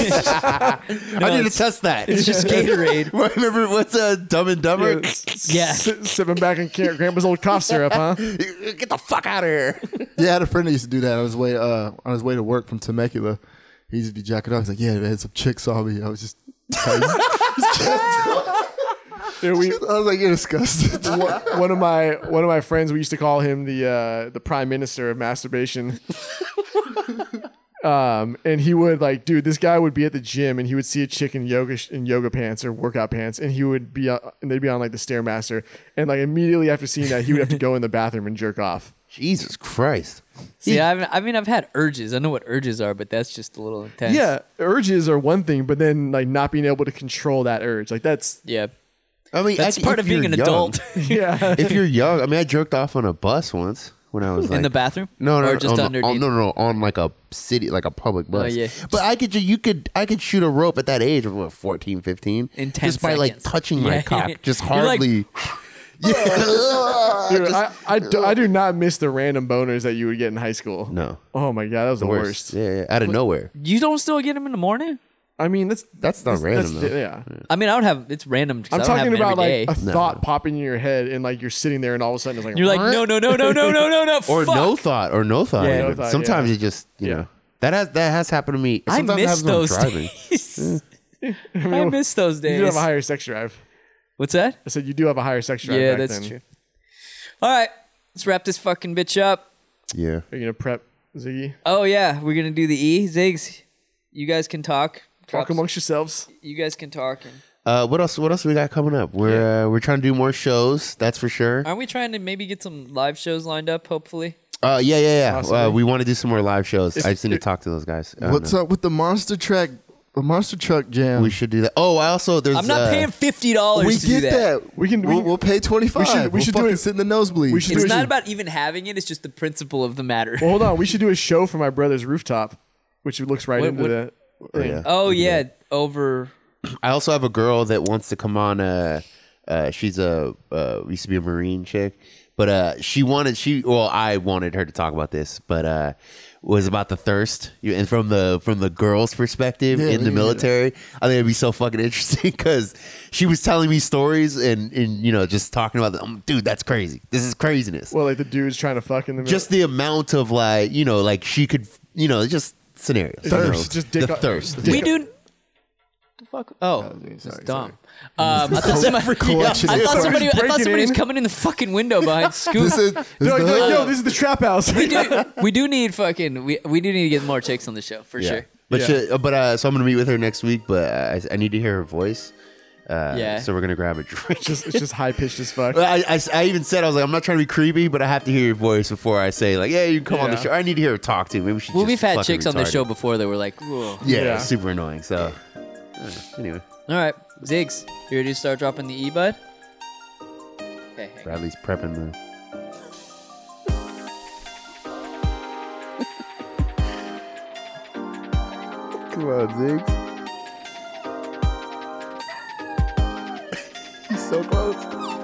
Speaker 2: need to
Speaker 1: it's-
Speaker 2: test that.
Speaker 1: it's just Gatorade.
Speaker 2: Remember what's uh, Dumb and Dumber?
Speaker 1: Yeah.
Speaker 3: S- sipping back in Car- grandpa's old cough syrup, huh?
Speaker 2: Get the fuck out of here.
Speaker 4: Yeah, I had a friend that used to do that on his way uh, on his way to work from Temecula. He used to be jacking off. He's like, "Yeah, man, some chick saw me. I was just,
Speaker 3: Dude, we,
Speaker 4: I was like, you're disgusted."
Speaker 3: one one of my one of my friends, we used to call him the uh, the prime minister of masturbation. Um, and he would like, dude, this guy would be at the gym and he would see a chick in yoga sh- in yoga pants or workout pants, and he would be uh, and they'd be on like the stairmaster, and like immediately after seeing that, he would have to go in the bathroom and jerk off.
Speaker 2: Jesus Christ.
Speaker 1: See, I've, I mean, I've had urges. I know what urges are, but that's just a little intense.
Speaker 3: Yeah, urges are one thing, but then like not being able to control that urge, like that's
Speaker 1: yeah.
Speaker 2: I mean,
Speaker 1: That's
Speaker 2: I-
Speaker 1: part
Speaker 2: if
Speaker 1: of being
Speaker 2: you're
Speaker 1: an
Speaker 2: young-
Speaker 1: adult.
Speaker 3: yeah.
Speaker 2: if you're young, I mean, I jerked off on a bus once when I was like
Speaker 1: in the bathroom?
Speaker 2: No, no,
Speaker 1: or
Speaker 2: no,
Speaker 1: just
Speaker 2: on the-
Speaker 1: underneath.
Speaker 2: on- no, no, no, on like a city, like a public bus.
Speaker 1: yeah.
Speaker 2: But I could, ju- you could, I could shoot a rope at that age of what, 14, 15?
Speaker 1: In 10
Speaker 2: Just by like
Speaker 1: seconds.
Speaker 2: touching
Speaker 1: Yeah,
Speaker 2: my
Speaker 1: yeah,
Speaker 2: cock,
Speaker 1: yeah.
Speaker 2: just
Speaker 1: You're like-
Speaker 2: hardly. yeah.
Speaker 3: Dude, I, I, do, I do not miss the random boners that you would get in high school.
Speaker 2: No.
Speaker 3: Oh my god, that was the, worst.
Speaker 2: Yeah, yeah, out of nowhere.
Speaker 1: You don't still get them in the morning?
Speaker 3: I mean, that's
Speaker 2: That's not random,
Speaker 3: di-
Speaker 2: though.
Speaker 3: yeah.
Speaker 1: I mean, I don't have. It's random. 'cause
Speaker 3: I'm
Speaker 1: I don't
Speaker 3: talking
Speaker 1: have 'em
Speaker 3: about
Speaker 1: every
Speaker 3: like a
Speaker 1: day.
Speaker 3: thought popping in your head, and like you're sitting there, and all of a sudden it's like
Speaker 1: You're like, no, no, no, no, no, no, no, no.
Speaker 2: Or
Speaker 1: fuck.
Speaker 2: no thought, or no thought.
Speaker 3: Yeah,
Speaker 2: even.
Speaker 3: no thought,
Speaker 2: Sometimes
Speaker 3: yeah.
Speaker 2: it just, you
Speaker 3: Yeah.
Speaker 2: know, that has that has happened to me.
Speaker 1: I
Speaker 2: Sometimes it
Speaker 1: miss
Speaker 2: happens when I'm
Speaker 1: those
Speaker 2: driving.
Speaker 1: days. I miss those
Speaker 3: you do
Speaker 1: days.
Speaker 3: have a higher sex drive.
Speaker 1: What's that?
Speaker 3: I said you do have a higher sex drive.
Speaker 1: Yeah,
Speaker 3: back
Speaker 1: that's
Speaker 3: then.
Speaker 1: true. All right, let's wrap this fucking bitch up.
Speaker 2: Yeah.
Speaker 3: Are you gonna prep Ziggy?
Speaker 1: Oh yeah, we're gonna do the E zigs. You guys can talk.
Speaker 3: Talk
Speaker 1: Drops-
Speaker 3: amongst yourselves.
Speaker 1: You guys can talk. And,
Speaker 2: Uh, what else? What else we got coming up? We're uh, we're trying to do more shows. That's for sure.
Speaker 1: aren't we trying to maybe get some live shows lined up? Hopefully.
Speaker 2: Uh, yeah, yeah,
Speaker 3: Possibly.
Speaker 2: yeah. Uh, we want to do some more live shows. I just need to
Speaker 3: if-
Speaker 2: talk to those guys. I don't
Speaker 4: What's
Speaker 2: know.
Speaker 4: up with the monster truck? The monster truck jam.
Speaker 2: We should do that. Oh, I also there's.
Speaker 1: I'm not
Speaker 2: uh,
Speaker 1: paying fifty dollars.
Speaker 4: We
Speaker 1: to
Speaker 4: get
Speaker 1: do that.
Speaker 4: that.
Speaker 3: We can- we
Speaker 4: We'll,
Speaker 3: can-
Speaker 4: we'll pay twenty five.
Speaker 3: we
Speaker 4: We
Speaker 3: should
Speaker 4: should
Speaker 3: do
Speaker 4: we'll
Speaker 3: it-
Speaker 4: fucking sit in the nosebleed.
Speaker 3: we should
Speaker 1: It's
Speaker 3: do it.
Speaker 1: not about even having it. It's just the principle of the matter.
Speaker 3: Well, hold on. We should do a show from my brother's rooftop, which looks right
Speaker 1: What-
Speaker 3: into
Speaker 1: what-
Speaker 3: the.
Speaker 2: Oh, yeah.
Speaker 1: Oh yeah, over.
Speaker 2: I also have a girl that wants to come on. Uh, uh, she's a uh, used to be a marine chick, but uh, she wanted she well I wanted her to talk about this, but uh, was about the thirst You- and from the from the girl's perspective
Speaker 4: Yeah,
Speaker 2: in the
Speaker 4: yeah.
Speaker 2: military. I think it'd be so fucking interesting because she was telling me stories and and you know just talking about the, um, dude that's crazy. This is craziness.
Speaker 3: Well, like the dude's trying to fuck in the middle.
Speaker 2: just the amount of like you know like she could you know just scenarios you know,
Speaker 3: Thirst. Just dick
Speaker 2: the
Speaker 3: up-
Speaker 2: thirst
Speaker 1: We do. The fuck? Oh, it's dumb. Um, I thought somebody,
Speaker 4: collection
Speaker 1: I
Speaker 4: of
Speaker 1: thought
Speaker 4: cards.
Speaker 1: somebody, I thought
Speaker 3: Breaking
Speaker 1: somebody was
Speaker 3: in.
Speaker 1: coming in the fucking window behind Scoop.
Speaker 4: This is, this
Speaker 3: They're like,
Speaker 4: the
Speaker 3: "Yo,
Speaker 4: hood.
Speaker 3: yo, this is the trap house.
Speaker 1: we, do, we do need fucking. We, we do need to get more chicks on the show for
Speaker 2: yeah
Speaker 1: sure.
Speaker 2: but
Speaker 3: Yeah.
Speaker 2: she- uh, but uh so i'm gonna meet with her next week but uh, I, I need to hear her voice uh
Speaker 1: Yeah.
Speaker 2: so we're gonna grab a drink
Speaker 3: just, it's just high pitched as fuck.
Speaker 2: I, I, I even said I was like I'm not trying to be creepy, but I have to hear your voice before I say like, "Yeah, you can come on the
Speaker 3: Yeah.
Speaker 2: show." I need to hear her talk to. Maybe we should.
Speaker 1: Well,
Speaker 2: just
Speaker 1: we've had
Speaker 2: fucking
Speaker 1: chicks on the
Speaker 2: retarded.
Speaker 1: show before that were like, Whoa.
Speaker 2: Yeah,
Speaker 3: Yeah.
Speaker 2: super annoying. So uh, anyway,
Speaker 1: all right, Ziggs, you ready to start dropping the E bud? Okay. hang on.
Speaker 2: Bradley's prepping the.
Speaker 4: Come on, Ziggs. He's so close.